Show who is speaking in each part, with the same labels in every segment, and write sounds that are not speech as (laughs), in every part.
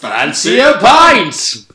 Speaker 1: Fancy a pint!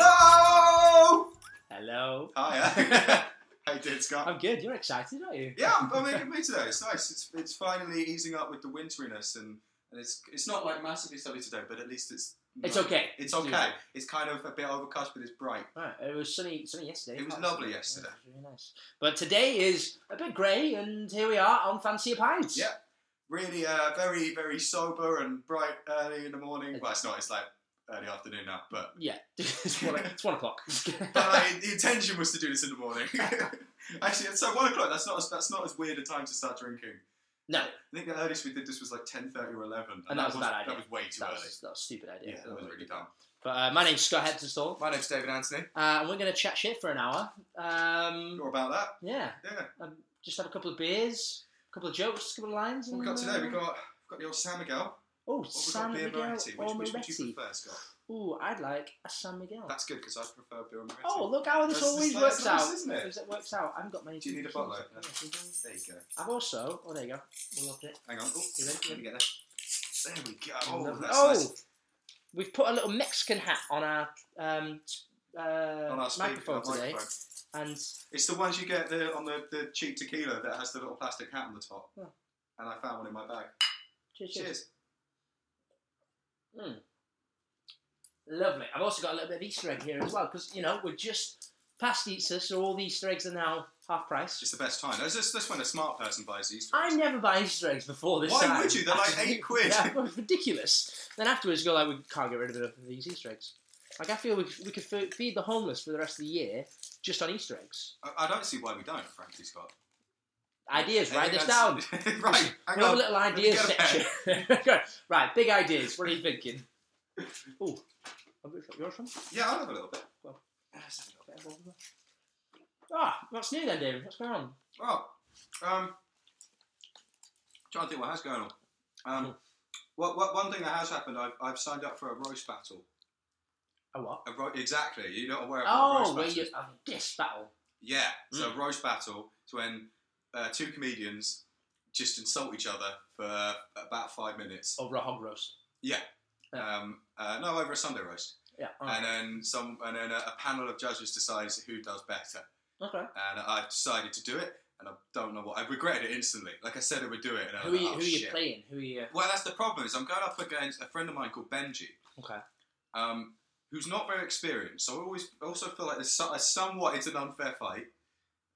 Speaker 2: Hello!
Speaker 3: Hello.
Speaker 2: Hi. How you doing, Scott?
Speaker 3: I'm good. You're excited, aren't you?
Speaker 2: yeah, I'm, I'm in a good mood today. It's nice. It's, it's finally easing up with the winteriness, and, and it's it's not like massively sunny today, but at least it's
Speaker 3: It's okay.
Speaker 2: It's okay. It's kind of a bit overcast, but it's bright.
Speaker 3: Right. It was sunny, sunny yesterday.
Speaker 2: It was
Speaker 3: Quite
Speaker 2: lovely
Speaker 3: sunny.
Speaker 2: yesterday.
Speaker 3: Yeah, it was really nice. But today is a bit grey, and here we are on Fancy a Pint.
Speaker 2: Yeah. Really, uh, very very sober and bright early in the morning. Well, it's not. It's like early afternoon now, but.
Speaker 3: Yeah. (laughs) it's, one, it's one o'clock.
Speaker 2: (laughs)
Speaker 3: (laughs)
Speaker 2: But like, the intention was to do this in the morning. (laughs) Actually, so one o'clock. That's not as, that's not as weird a time to start drinking.
Speaker 3: no,
Speaker 2: I think the earliest we did this was like ten thirty or eleven,
Speaker 3: And that was a
Speaker 2: was
Speaker 3: bad idea.
Speaker 2: that was way too
Speaker 3: that
Speaker 2: early.
Speaker 3: was, that was a stupid idea.
Speaker 2: Yeah, that was really dumb.
Speaker 3: But uh, my name's Scott Heptonstall,
Speaker 2: My name's David Anthony.
Speaker 3: uh, and we're going to chat shit for an hour. Um,
Speaker 2: You're about that?
Speaker 3: yeah.
Speaker 2: Yeah.
Speaker 3: Um, just have a couple of beers, a couple of jokes, a couple of lines.
Speaker 2: What we got
Speaker 3: and,
Speaker 2: today? We
Speaker 3: uh,
Speaker 2: got we've got the old San Miguel.
Speaker 3: Oh,
Speaker 2: Or we got
Speaker 3: San
Speaker 2: beer
Speaker 3: Miguel
Speaker 2: Moretti. Which, which would you
Speaker 3: Moretti.
Speaker 2: prefer, Scott?
Speaker 3: Ooh, I'd like a San Miguel.
Speaker 2: That's good because I prefer beer Moretti.
Speaker 3: Oh, look how this
Speaker 2: That's-
Speaker 3: always
Speaker 2: that's
Speaker 3: works
Speaker 2: nice,
Speaker 3: out.
Speaker 2: isn't it?
Speaker 3: Because it works out. I haven't got many.
Speaker 2: Do you need a
Speaker 3: people.
Speaker 2: bottle opener? There you go.
Speaker 3: I've also. Oh, there you go. We'll open it.
Speaker 2: Hang on. Oh,
Speaker 3: You ready?
Speaker 2: let me get there. There we go. Oh,
Speaker 3: Lovely.
Speaker 2: that's
Speaker 3: Oh,
Speaker 2: nice.
Speaker 3: we've put a little Mexican hat on our um, s- uh,
Speaker 2: On our speaker,
Speaker 3: microphone
Speaker 2: our
Speaker 3: today,
Speaker 2: microphone.
Speaker 3: and
Speaker 2: It's the ones you get the, on the, the cheap tequila that has the little plastic hat on the top.
Speaker 3: Oh.
Speaker 2: And I found one in my bag.
Speaker 3: cheers, cheers.
Speaker 2: Cheers.
Speaker 3: Lovely. I've also got a little bit of Easter egg here as well because you know we're just past Easter, so all the Easter eggs are now half price.
Speaker 2: It's the best time. That's, that's, that's when a smart person buys these.
Speaker 3: I never buy Easter eggs before this
Speaker 2: Why
Speaker 3: time.
Speaker 2: would you? They're like eight quid.
Speaker 3: yeah, well, it's ridiculous. Then afterwards, go like, we can't get rid of these Easter eggs. Like I feel we, we could fe- feed the homeless for the rest of the year just on Easter eggs.
Speaker 2: I, I don't see why we don't, frankly, Scott.
Speaker 3: Ideas,
Speaker 2: I
Speaker 3: write
Speaker 2: think
Speaker 3: this down.
Speaker 2: that's- (laughs) right. Hang
Speaker 3: We'll have a
Speaker 2: on.
Speaker 3: little ideas
Speaker 2: get a
Speaker 3: section. (laughs) Go. right, big ideas. What are you thinking? Oh, yours from?
Speaker 2: Yeah, I'll have a little bit.
Speaker 3: Well.
Speaker 2: Let's have a little bit.
Speaker 3: Ah, what's new then, David? What's going on?
Speaker 2: Well, um, trying to think what has going on.
Speaker 3: Hmm.
Speaker 2: Um, what, what one thing that has happened? I've, I've signed up for a roast battle.
Speaker 3: A what?
Speaker 2: A ro- exactly, you're not aware of what a
Speaker 3: Oh,
Speaker 2: roast
Speaker 3: where
Speaker 2: battle.
Speaker 3: you
Speaker 2: is.
Speaker 3: uh, this battle?
Speaker 2: Yeah, so a
Speaker 3: Hmm.
Speaker 2: roast battle is when uh, two comedians just insult each other for about five minutes.
Speaker 3: Over a hog roast?
Speaker 2: Um, uh, no, over a Sunday roast,
Speaker 3: Yeah. all
Speaker 2: and
Speaker 3: right.
Speaker 2: then some, and then a, a panel of judges decides who does better.
Speaker 3: Okay.
Speaker 2: And I've decided to do it, and I don't know what. I regretted it instantly. Like I said, I would do it, and I
Speaker 3: Who are
Speaker 2: was
Speaker 3: you,
Speaker 2: like, oh,
Speaker 3: who are you
Speaker 2: shit.
Speaker 3: playing? Who are you?
Speaker 2: Well, that's the problem is I'm going up against a friend of mine called Benji,
Speaker 3: Okay.
Speaker 2: um, who's not very experienced. So I always also feel like there's so- somewhat it's an unfair fight.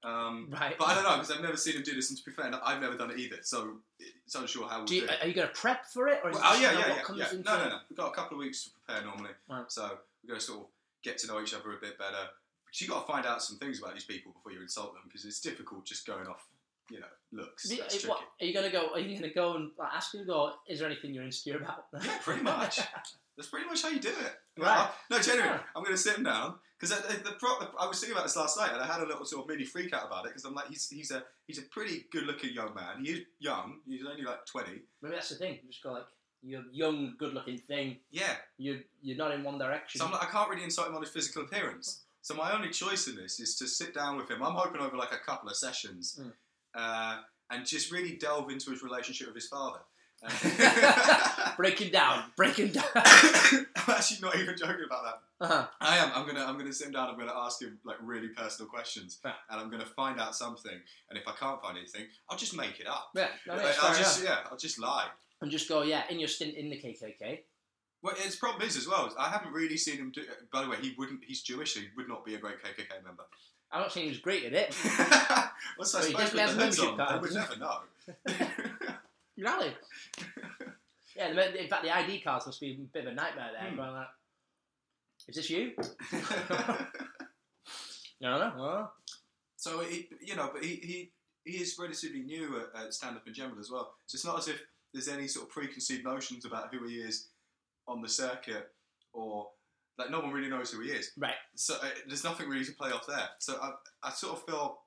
Speaker 2: Um,
Speaker 3: Right.
Speaker 2: but I don't know because I've never seen him do this, and to be fair, I've never done it either. So it's unsure how we'll
Speaker 3: Do
Speaker 2: do,
Speaker 3: you,
Speaker 2: it.
Speaker 3: are you going to prep for it, or is
Speaker 2: Well,
Speaker 3: it
Speaker 2: oh
Speaker 3: just
Speaker 2: yeah,
Speaker 3: kind of
Speaker 2: yeah,
Speaker 3: what
Speaker 2: yeah,
Speaker 3: comes
Speaker 2: yeah.
Speaker 3: into
Speaker 2: No,
Speaker 3: it?
Speaker 2: no, no. We've got a couple of weeks to prepare normally,
Speaker 3: Right.
Speaker 2: so we're going to sort of get to know each other a bit better. But you got to find out some things about these people before you insult them because it's difficult just going off, you know, looks.
Speaker 3: Do you-
Speaker 2: That's tricky.
Speaker 3: eh, what- are you going to go? Are you going to go and like, ask people? Go, is there anything you're insecure about?
Speaker 2: (laughs) Yeah, pretty much. That's pretty much how you do it.
Speaker 3: Right.
Speaker 2: No, genuinely,
Speaker 3: Yeah.
Speaker 2: I'm going to sit him down because the, the pro- I was thinking about this last night, and I had a little sort of mini freak out about it because I'm like, he's, he's a he's a pretty good-looking young man. He's young. He's only like 20.
Speaker 3: (laughs) Maybe that's the thing. Just go like you're young, good-looking thing.
Speaker 2: Yeah.
Speaker 3: You you're not in one direction.
Speaker 2: So I'm like, I can't really insult him on his physical appearance. So my only choice in this is to sit down with him. I'm hoping over like a couple of sessions,
Speaker 3: Mm.
Speaker 2: uh, and just really delve into his relationship with his father. Uh,
Speaker 3: (laughs) breaking down, breaking (laughs) down.
Speaker 2: (laughs) I'm actually not even joking about that.
Speaker 3: uh-huh.
Speaker 2: I am. I'm gonna. I'm gonna sit him down. I'm gonna ask him like really personal questions,
Speaker 3: Yeah.
Speaker 2: and I'm gonna find out something. And if I can't find anything, I'll just make it up.
Speaker 3: Oh, Yeah, no,
Speaker 2: Like,
Speaker 3: no, it's
Speaker 2: I'll
Speaker 3: fair
Speaker 2: just
Speaker 3: enough.
Speaker 2: yeah. I'll just lie.
Speaker 3: and just go. Yeah, in your stint in the KKK.
Speaker 2: Well, his problem is as well. Is I haven't really seen him do. By the way, he wouldn't. He's Jewish. So he would not be a great KKK member.
Speaker 3: I'm not saying he was great at it.
Speaker 2: (laughs) What's that
Speaker 3: Well, he
Speaker 2: supposed
Speaker 3: definitely has
Speaker 2: to
Speaker 3: a
Speaker 2: be?
Speaker 3: membership
Speaker 2: on? I
Speaker 3: card,
Speaker 2: would never
Speaker 3: doesn't
Speaker 2: know. (laughs)
Speaker 3: Really? yeah. the men- In fact, the ID cards must be a bit of a nightmare there.
Speaker 2: Hmm.
Speaker 3: Going like, is this you? No, no, no.
Speaker 2: (laughs) so he, you know, but he, he he is relatively new at, at stand up in general as well. So it's not as if there's any sort of preconceived notions about who he is on the circuit or. Like no one really knows who he is,
Speaker 3: Right.
Speaker 2: So uh, there's nothing really to play off there. So I, I sort of feel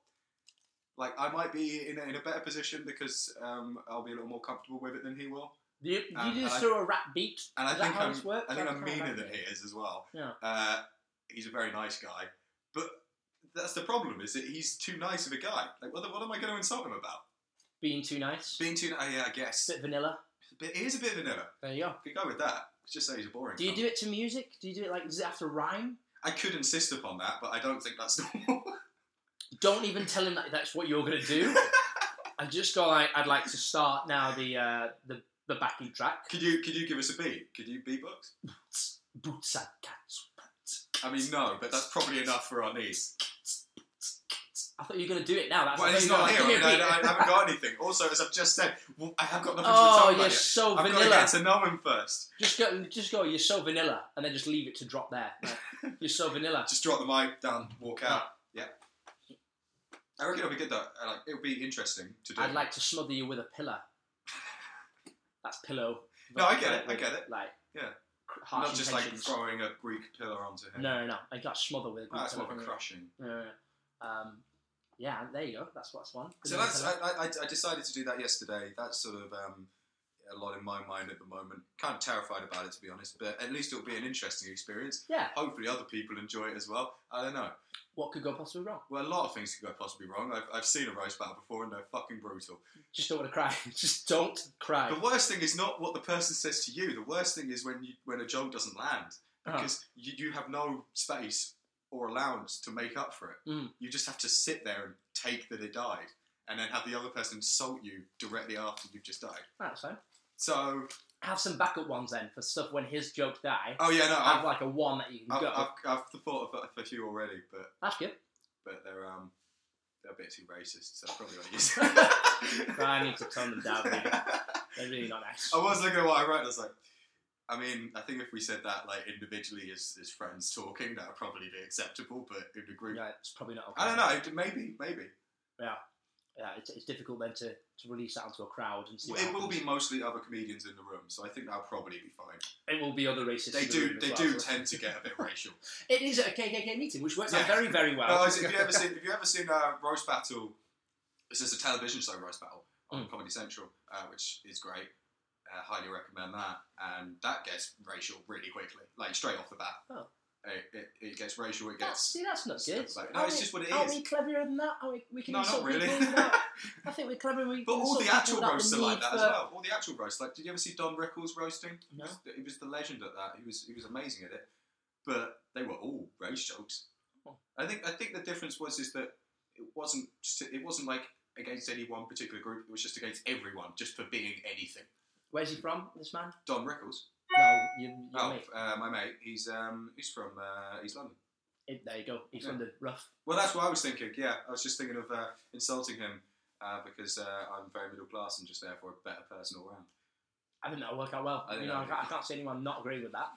Speaker 2: like I might be in a, in a better position because um, I'll be a little more comfortable with it than he will.
Speaker 3: Do you, do
Speaker 2: Um,
Speaker 3: you
Speaker 2: and
Speaker 3: just
Speaker 2: I-
Speaker 3: throw a rap beat?
Speaker 2: and I
Speaker 3: Is that
Speaker 2: think
Speaker 3: how
Speaker 2: I'm,
Speaker 3: this works?
Speaker 2: I think
Speaker 3: I
Speaker 2: I'm
Speaker 3: can't
Speaker 2: meaner
Speaker 3: remember.
Speaker 2: than he is as well.
Speaker 3: Yeah.
Speaker 2: Uh, he's a very nice guy, but that's the problem: is that he's too nice of a guy. Like, what, the- what am I going to insult him about?
Speaker 3: Being too nice.
Speaker 2: Being too, uh, yeah, I guess.
Speaker 3: bit vanilla.
Speaker 2: But he is a bit vanilla.
Speaker 3: There you go.
Speaker 2: I could go with that. Just say he's a boring.
Speaker 3: Do you
Speaker 2: cunt.
Speaker 3: do it to music? Do you do it like, does it have to rhyme?
Speaker 2: I could insist upon that, but I don't think that's (laughs) normal.
Speaker 3: Don't even tell him that that's what you're going to do.
Speaker 2: (laughs)
Speaker 3: I just go like, I'd like to start now the, uh, the, the backing track.
Speaker 2: could you could you give us a beat? Could you beatbox?
Speaker 3: Boots and cats. pants.
Speaker 2: I mean, no, but that's probably enough for our needs.
Speaker 3: I thought you were going to do it now. That's
Speaker 2: well,
Speaker 3: what
Speaker 2: he's
Speaker 3: you were
Speaker 2: not
Speaker 3: like,
Speaker 2: here. I,
Speaker 3: "Give
Speaker 2: mean, I,
Speaker 3: me a
Speaker 2: I
Speaker 3: beat."
Speaker 2: haven't got anything. Also, as I've just said, well, I have got nothing
Speaker 3: Oh,
Speaker 2: to talk
Speaker 3: you're
Speaker 2: about yet.
Speaker 3: so
Speaker 2: I've
Speaker 3: vanilla.
Speaker 2: got to get to know him first.
Speaker 3: Just go, just go. You're so vanilla, and then just leave it to drop there. Like, you're so vanilla.
Speaker 2: (laughs) Just drop the mic down, walk out. Yeah. I reckon it'll be good though. I Like, it'll be interesting to do.
Speaker 3: I'd like to smother you with a pillow. That's pillow.
Speaker 2: No, I get it, I get it.
Speaker 3: Like,
Speaker 2: Yeah.
Speaker 3: cr- harsh
Speaker 2: not just like
Speaker 3: intentions.
Speaker 2: throwing a Greek pillar onto him.
Speaker 3: No, no, no. I got smothered with a
Speaker 2: Ah,
Speaker 3: Greek
Speaker 2: that's more of a
Speaker 3: pillow.
Speaker 2: crushing.
Speaker 3: No, no, no. Um, yeah, there you go. That's what's one.
Speaker 2: So that's I, I, I- I decided to do that yesterday. That's sort of um, a lot in my mind at the moment. Kind of terrified about it to be honest, but at least it'll be an interesting experience.
Speaker 3: yeah.
Speaker 2: Hopefully, other people enjoy it as well. I don't know.
Speaker 3: What could go possibly wrong?
Speaker 2: Well, a lot of things could go possibly wrong. I've, I've seen a roast battle before, and they're fucking brutal.
Speaker 3: Just don't want to cry. (laughs) just don't cry.
Speaker 2: The worst thing is not what the person says to you. The worst thing is when you when a joke doesn't land
Speaker 3: Uh-huh.
Speaker 2: because you, you have no space or allowance to make up for it.
Speaker 3: Mm.
Speaker 2: You just have to sit there and take that it died, and then have the other person insult you directly after you've just died.
Speaker 3: That's fine.
Speaker 2: So,
Speaker 3: Have some backup ones then for stuff when his jokes die.
Speaker 2: oh yeah, no,
Speaker 3: have
Speaker 2: I've,
Speaker 3: like a one that you can
Speaker 2: I've,
Speaker 3: go.
Speaker 2: I've, I've, thought of a- a few already, but
Speaker 3: That's good.
Speaker 2: but they're um they're a bit too racist, so I probably won't use. it.
Speaker 3: I need to tone them down.
Speaker 2: (laughs)
Speaker 3: Really. They're really not nice.
Speaker 2: I was looking at what I wrote. and I was like, I mean, I think if we said that like individually as, as friends talking, that would probably be acceptable, but in a group,
Speaker 3: Yeah, it's probably not okay.
Speaker 2: I don't know, it- maybe, maybe.
Speaker 3: Yeah, it's, it's difficult then to, to release that onto a crowd and see. what
Speaker 2: It will
Speaker 3: happens.
Speaker 2: be mostly other comedians in the room, so I think that'll probably be fine.
Speaker 3: It will be other racists.
Speaker 2: They
Speaker 3: in the room
Speaker 2: do,
Speaker 3: as
Speaker 2: they
Speaker 3: well,
Speaker 2: do
Speaker 3: so-
Speaker 2: tend to get a
Speaker 3: (laughs)
Speaker 2: bit racial.
Speaker 3: It is a KKK meeting, which works out
Speaker 2: Yeah.
Speaker 3: very, very well.
Speaker 2: No, it's- if you ever seen, if you ever seen uh, Roast Battle, this is a television show, Roast Battle on
Speaker 3: Mm.
Speaker 2: Comedy Central, uh, which is great. Uh, highly recommend that, and that gets racial really quickly, like straight off the bat.
Speaker 3: Oh.
Speaker 2: It, it, it gets racial. It
Speaker 3: That's,
Speaker 2: gets
Speaker 3: see, that's not good.
Speaker 2: stuff like-
Speaker 3: Aren't
Speaker 2: no, it's
Speaker 3: we-
Speaker 2: just what it
Speaker 3: Aren't
Speaker 2: is.
Speaker 3: we cleverer than that? Aren't we, we can
Speaker 2: No,
Speaker 3: insult
Speaker 2: not really. (laughs)
Speaker 3: people without- I think we're clever. and We
Speaker 2: But
Speaker 3: can
Speaker 2: all
Speaker 3: insult
Speaker 2: the
Speaker 3: people
Speaker 2: actual
Speaker 3: without the
Speaker 2: roasts are like
Speaker 3: need
Speaker 2: that as
Speaker 3: for-
Speaker 2: well. All the actual roasts. Like, did you ever see Don Rickles roasting?
Speaker 3: No.
Speaker 2: He was the legend at that. He was he was amazing at it. But they were all race jokes.
Speaker 3: Oh.
Speaker 2: I think I think the difference was is that it wasn't just- it wasn't like against any one particular group. It was just against everyone, just for being anything.
Speaker 3: Where's he from, this man?
Speaker 2: Don Rickles.
Speaker 3: No, you, you
Speaker 2: Oh,
Speaker 3: mate.
Speaker 2: uh, my mate. He's um he's from uh, East London.
Speaker 3: It- there you go. He's
Speaker 2: Yeah.
Speaker 3: from the rough.
Speaker 2: Well, that's what I was thinking. Yeah, I was just thinking of uh, insulting him uh, because uh, I'm very middle class and just therefore a better person all round.
Speaker 3: I think that'll work out well.
Speaker 2: I think
Speaker 3: you know, I
Speaker 2: that'll
Speaker 3: can't, I
Speaker 2: be-
Speaker 3: can't see anyone not agree with that.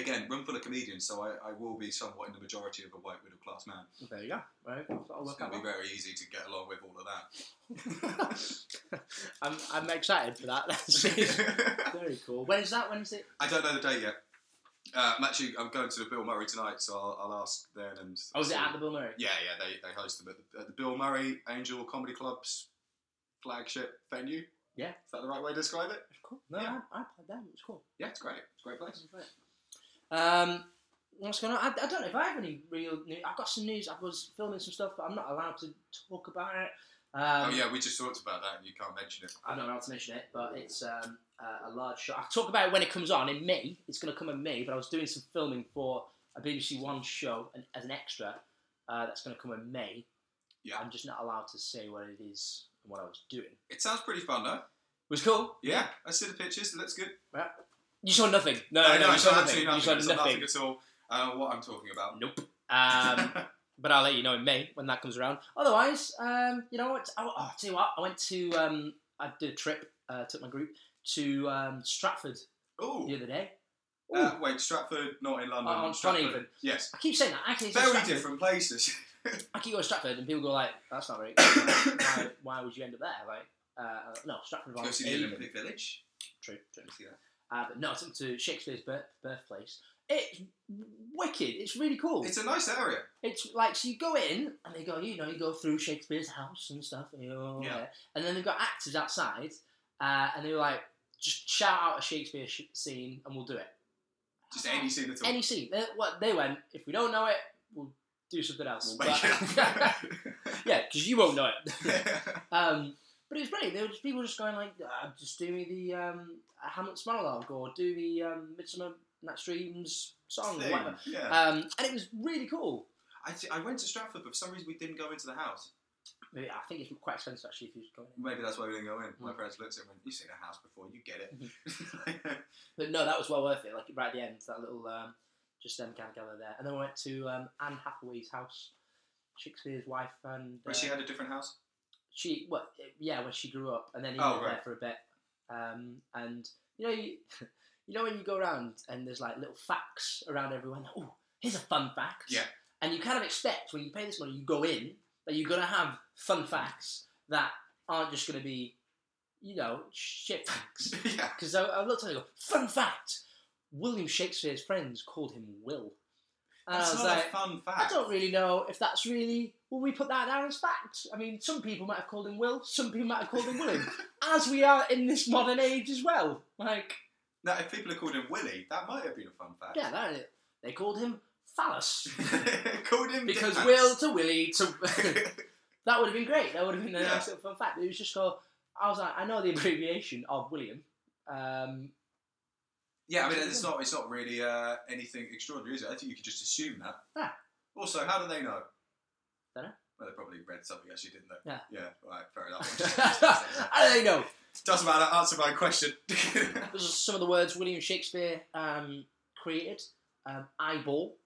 Speaker 2: again, room full of comedians, so I, I will be somewhat in the majority of a white middle class man.
Speaker 3: There you go. Right, that'll
Speaker 2: It's
Speaker 3: work
Speaker 2: going
Speaker 3: out
Speaker 2: to be
Speaker 3: well.
Speaker 2: very easy to get along with all of
Speaker 3: (laughs) I'm, I'm excited for that. (laughs)
Speaker 2: (laughs)
Speaker 3: That's
Speaker 2: that.
Speaker 3: very cool. When is that? When is it?
Speaker 2: (laughs) I don't know the date yet. Uh, I'm actually I'm going to the Bill Murray tonight, so I'll, I'll ask then. And
Speaker 3: Oh, is it
Speaker 2: see.
Speaker 3: at the Bill Murray?
Speaker 2: Yeah, yeah, they, they host them at the, at the Bill Murray Angel Comedy Club's flagship venue.
Speaker 3: Yeah.
Speaker 2: is that the right way to describe it?
Speaker 3: Cool. No,
Speaker 2: Yeah.
Speaker 3: I, I played them. It was cool.
Speaker 2: Yeah, it's great. It's a great place.
Speaker 3: Um, what's going on? I, I don't know if I have any real news. I've got some news. I was filming some stuff, but I'm not allowed to talk about it.
Speaker 2: oh
Speaker 3: Um,
Speaker 2: yeah, we just talked about that, and you can't mention it.
Speaker 3: I'm not allowed to mention it, but it's um, uh, a large shot. I'll talk about it when it comes on in May. It's going to come in May, but I was doing some filming for a BBC One show and, as an extra uh, that's going to come in May.
Speaker 2: Yeah.
Speaker 3: I'm just not allowed to say what it is and what I was doing. It
Speaker 2: It sounds pretty fun though.
Speaker 3: was cool.
Speaker 2: Yeah, I see the pictures. It looks good.
Speaker 3: You saw nothing. No,
Speaker 2: I
Speaker 3: no,
Speaker 2: know,
Speaker 3: you
Speaker 2: I
Speaker 3: saw
Speaker 2: saw
Speaker 3: nothing.
Speaker 2: absolutely
Speaker 3: You saw
Speaker 2: nothing. I saw
Speaker 3: nothing.
Speaker 2: nothing at all. I don't know what I'm talking about.
Speaker 3: Nope. Um, but I'll let you know in May when that comes around. Otherwise, um, you know what? I, oh, I'll tell you what, I went to, um, I did a trip, uh, took my group to um, Stratford
Speaker 2: (laughs) Ooh.
Speaker 3: the other day.
Speaker 2: Uh, wait, Stratford, not in London.
Speaker 3: Oh, I'm
Speaker 2: Stratford.
Speaker 3: Stratford.
Speaker 2: Yes.
Speaker 3: I keep saying that. I keep saying
Speaker 2: Very
Speaker 3: Stratford.
Speaker 2: different
Speaker 3: (laughs)
Speaker 2: places.
Speaker 3: I keep going to Stratford, and people go like, "That's
Speaker 2: (coughs)
Speaker 3: not very. Good. why, why would you end up there? Like, uh, no, Stratford.
Speaker 2: Go
Speaker 3: Avon,
Speaker 2: see the
Speaker 3: Avon.
Speaker 2: Olympic Village.
Speaker 3: True, true.
Speaker 2: See that?
Speaker 3: Uh, but no, I took them to Shakespeare's birth, birthplace. It's wicked. It's really cool.
Speaker 2: It's a nice area.
Speaker 3: It's like so you go in and they go, you know, you go through Shakespeare's house and stuff, and, you go,
Speaker 2: Yeah.
Speaker 3: and then they've got actors outside, Uh, and they were like, just shout out a Shakespeare sh- scene and we'll do it.
Speaker 2: Just any scene at all. (laughs)
Speaker 3: Ah. Any scene. They, what, they went, if we don't know it, we'll do something else.
Speaker 2: We'll make it
Speaker 3: But-
Speaker 2: up.
Speaker 3: (laughs)
Speaker 2: (laughs)
Speaker 3: yeah, because you won't know it. Um, but it was brilliant. There were just people just going like, uh, just do me the um, Hamlet's monologue or do the um, Midsummer Night's Dreams song or
Speaker 2: Thing,
Speaker 3: whatever.
Speaker 2: Yeah.
Speaker 3: Um, and it was really cool.
Speaker 2: I, thi- I went to Stratford, but for some reason we didn't go into the house.
Speaker 3: Maybe, I think it's quite expensive actually if you just go in.
Speaker 2: Maybe that's why we didn't go in.
Speaker 3: Hmm.
Speaker 2: My parents looked at me and went, You've seen a house before, you get
Speaker 3: Mm-hmm.
Speaker 2: (laughs) it.
Speaker 3: But no, that was well worth it. Like right at the end, that little um, just them kind of gather there. And then we went to um, Anne Hathaway's house, Shakespeare's wife, and uh,
Speaker 2: but she had a different house? (laughs)
Speaker 3: she well yeah when she grew up, and then he
Speaker 2: Oh,
Speaker 3: lived
Speaker 2: right.
Speaker 3: there for a bit. Um, and you know you, (laughs) you know when you go around and there's like little facts around everyone. Oh, here's a fun fact.
Speaker 2: Yeah.
Speaker 3: And you kind of expect when you pay this money, you go in that you're gonna have fun facts that aren't just gonna be, you know, shit facts.
Speaker 2: yeah.
Speaker 3: Because I, I looked at it and go, fun fact, William Shakespeare's friends called him Will. And
Speaker 2: That's
Speaker 3: Uh, I was
Speaker 2: not
Speaker 3: like,
Speaker 2: a fun
Speaker 3: I
Speaker 2: fact.
Speaker 3: don't really know if that's really, will we put that down as fact? I mean, some people might have called him Will, some people might have called
Speaker 2: (laughs)
Speaker 3: him William, as we are in this modern age as well. Like,
Speaker 2: Now, if people had called him Willie, that might have been a fun fact.
Speaker 3: yeah, that, they called him Phallus.
Speaker 2: (laughs) called him
Speaker 3: Because
Speaker 2: Dickens.
Speaker 3: Will to Willie
Speaker 2: (laughs)
Speaker 3: to. (laughs) that would have been great. That would have been a
Speaker 2: Yeah.
Speaker 3: nice little fun fact. But it was just go, I was like, I know the abbreviation of William. Um, (laughs)
Speaker 2: yeah, I mean, it's not, it's not really uh, anything extraordinary, is it? I think you could just assume that.
Speaker 3: Ah.
Speaker 2: Also, how do they know?
Speaker 3: Dunno.
Speaker 2: Well, they probably read something actually, didn't they?
Speaker 3: Yeah.
Speaker 2: Yeah, right, fair enough. (laughs)
Speaker 3: I (laughs) don't know.
Speaker 2: Doesn't matter, answer my question. (laughs)
Speaker 3: Those are some of the words William Shakespeare um, created. Um, eyeball.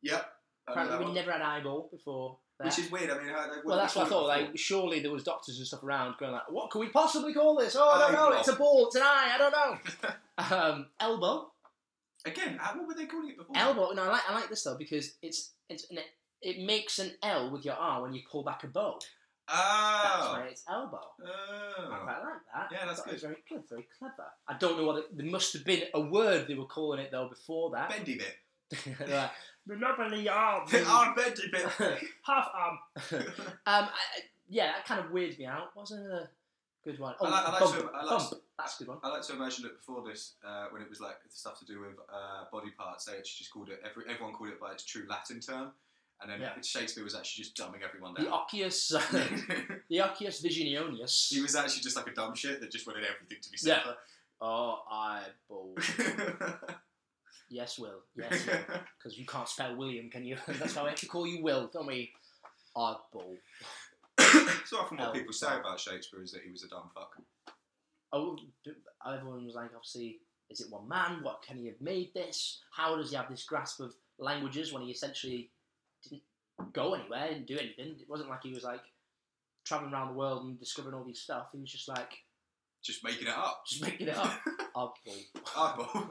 Speaker 2: yep. I know Oh, that
Speaker 3: Apparently, we
Speaker 2: one.
Speaker 3: never had eyeball before. That.
Speaker 2: Which is weird. I mean, how, what
Speaker 3: well,
Speaker 2: they
Speaker 3: that's what I
Speaker 2: call
Speaker 3: thought.
Speaker 2: it before.
Speaker 3: Like, surely there was doctors and stuff around going like, "What can we possibly call this? Oh, I don't know.
Speaker 2: Eyeball.
Speaker 3: It's a ball. It's an eye. I don't
Speaker 2: (laughs)
Speaker 3: know." um, elbow.
Speaker 2: Again, how, what were they calling it before?
Speaker 3: Elbow. No, I like, I like this though because it's it's an, it makes an L with your R when you pull back a bow. That's
Speaker 2: Oh.
Speaker 3: why it's elbow. I
Speaker 2: Oh.
Speaker 3: quite like that.
Speaker 2: Yeah, that's
Speaker 3: That
Speaker 2: good.
Speaker 3: was Very good. Very clever. I don't know what it, there must have been a word they were calling it though before that.
Speaker 2: Bendy bit. (laughs)
Speaker 3: They're like, "Remember the arm,
Speaker 2: Ah, bendy bit.
Speaker 3: half
Speaker 2: (laughs)
Speaker 3: arm. um, I, I- yeah, that kind of weirded me out. Wasn't a good one. Oh,
Speaker 2: I like- I like
Speaker 3: bump,
Speaker 2: to- I like-
Speaker 3: bump. That's a good one.
Speaker 2: I like to imagine it before this, uh, when it was like stuff to do with uh, body parts, they actually just called it, every, everyone called it by its true Latin term. And then
Speaker 3: Yeah.
Speaker 2: Shakespeare was actually just dumbing everyone
Speaker 3: The (laughs)
Speaker 2: down.
Speaker 3: Occhius, (laughs) the Occhius
Speaker 2: (laughs)
Speaker 3: Visionius.
Speaker 2: he was actually just like a dumb shit that just wanted everything to be simpler.
Speaker 3: oh, eyeball. yes, Will.
Speaker 2: (laughs)
Speaker 3: Yes, Will. Because you can't spell William, can you? (laughs) That's why we have to call you Will, don't we? Oddball.
Speaker 2: it's not often what
Speaker 3: Oh,
Speaker 2: people say
Speaker 3: sorry.
Speaker 2: about Shakespeare is that he was a dumb fuck.
Speaker 3: Oh, d- everyone was like, obviously, is it one man? What can he have made this? How does he have this grasp of languages when he essentially didn't go anywhere, didn't do anything? It wasn't like he was like traveling around the world and discovering all these stuff. He was just like
Speaker 2: Just making it up.
Speaker 3: just (laughs) making it up. Oddball,
Speaker 2: (laughs) Eyeball.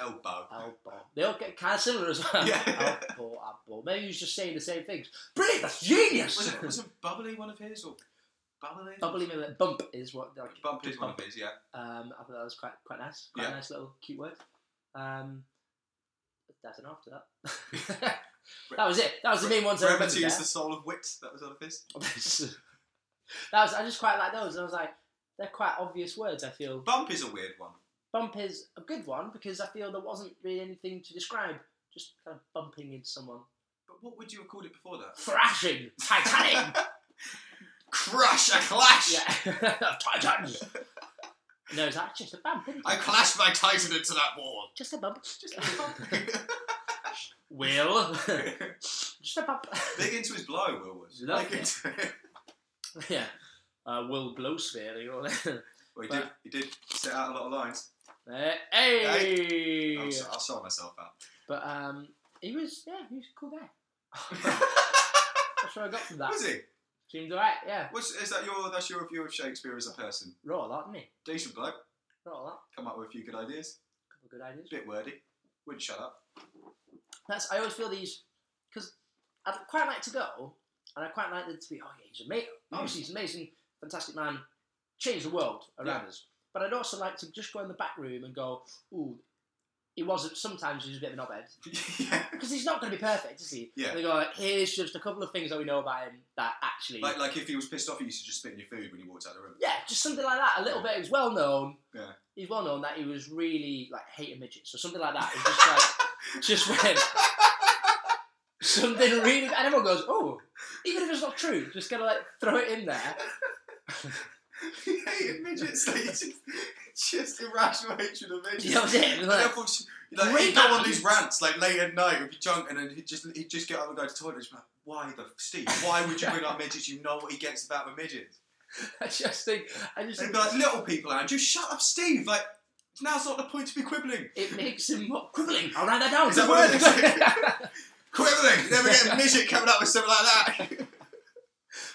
Speaker 2: Elbow.
Speaker 3: oddball. They all get kind of similar as
Speaker 2: (laughs)
Speaker 3: well.
Speaker 2: Yeah.
Speaker 3: Oddball, oddball. Maybe he was just saying the same things. Brilliant, that's genius.
Speaker 2: Was it, was it Bubbly one of his or Bubbly?
Speaker 3: Bubbly Miller, bump is what like
Speaker 2: Bump is one
Speaker 3: bump.
Speaker 2: of his, yeah.
Speaker 3: Um, I thought that was quite quite nice. Quite
Speaker 2: Yeah.
Speaker 3: a nice little cute word. Um, that's enough after that.
Speaker 2: (laughs)
Speaker 3: that was it. That was the main one. to remember
Speaker 2: Brevity
Speaker 3: there.
Speaker 2: is the soul of wit. That was one of his.
Speaker 3: (laughs) that was. I just quite like those. I was like, they're quite obvious words. I feel
Speaker 2: Bump is a weird one.
Speaker 3: bump is a good one because I feel there wasn't really anything to describe. Just kind of bumping into someone,
Speaker 2: But what would you have called it before that?
Speaker 3: thrashing,
Speaker 2: (laughs)
Speaker 3: Titanic.
Speaker 2: Crush! I clash!
Speaker 3: yeah, (laughs) Titan. No, it's like just a bump. isn't it?
Speaker 2: I clashed my Titan into that wall.
Speaker 3: Just a bump.
Speaker 2: Just a bump.
Speaker 3: Will. (laughs)
Speaker 2: (laughs)
Speaker 3: just a bump.
Speaker 2: Big into his blow, Will was.
Speaker 3: Love
Speaker 2: Big
Speaker 3: it.
Speaker 2: into it.
Speaker 3: (laughs) yeah. Uh, Will Uh, Blowsphere, (laughs) they call it.
Speaker 2: Well, he did, he did set out a lot of lines.
Speaker 3: Uh, hey!
Speaker 2: I'll, s- I'll sort myself
Speaker 3: (laughs)
Speaker 2: out.
Speaker 3: But um, he was, yeah, he was a cool guy. That's what I got from that.
Speaker 2: was he?
Speaker 3: Seems alright, yeah.
Speaker 2: What's, is that your, that's your view of Shakespeare as a person?
Speaker 3: Wrote a lot, didn't he?
Speaker 2: Decent bloke.
Speaker 3: Wrote a lot.
Speaker 2: Come up with a few good ideas.
Speaker 3: couple of good ideas.
Speaker 2: Bit wordy. Wouldn't shut up. (laughs)
Speaker 3: That's, I always feel these, because I'd quite like to go, and I quite like it to be, oh yeah, he's amazing.
Speaker 2: Hmm.
Speaker 3: Obviously, he's an amazing, fantastic man. Changed the world around us. But I'd also like to just go in the back room and go, ooh, he was sometimes he was a bit of an obed
Speaker 2: yeah.
Speaker 3: because he's not going to be perfect, is he?
Speaker 2: Yeah.
Speaker 3: They go like, here's just a couple of things that we know about him that actually,
Speaker 2: Like, like if he was pissed off, he used to just spit in your food when he walked out
Speaker 3: (laughs)
Speaker 2: the room. (laughs)
Speaker 3: yeah, just something like that. A little bit. He's well known.
Speaker 2: Yeah.
Speaker 3: He's well known that he was really like hating midgets or something like that. He just like
Speaker 2: (laughs)
Speaker 3: just went something really, and everyone goes, oh, even if it's not true, just gonna like throw it in there. (laughs)
Speaker 2: he hated midgets. Like, it's just, (laughs) it's just irrational hatred of midgets.
Speaker 3: That was
Speaker 2: (laughs)
Speaker 3: it. It was
Speaker 2: And
Speaker 3: like-
Speaker 2: everyone just- like,
Speaker 3: Great
Speaker 2: he'd go on
Speaker 3: man.
Speaker 2: these rants like late at night, he'd be drunk, and then he'd just he'd just get up and go to the toilet. And just be like, why the Steve? Why would you bring up midgets? You know what he gets about with midgets.
Speaker 3: I just think, I just
Speaker 2: And he'd
Speaker 3: think
Speaker 2: be like, little people, Andrew, shut up, Steve. Like now's not the point to be quibbling.
Speaker 3: it makes him more quibbling. I'll write that down.
Speaker 2: Is that what
Speaker 3: (laughs)
Speaker 2: it Quibbling. You never get a midget coming up with something like that. (laughs)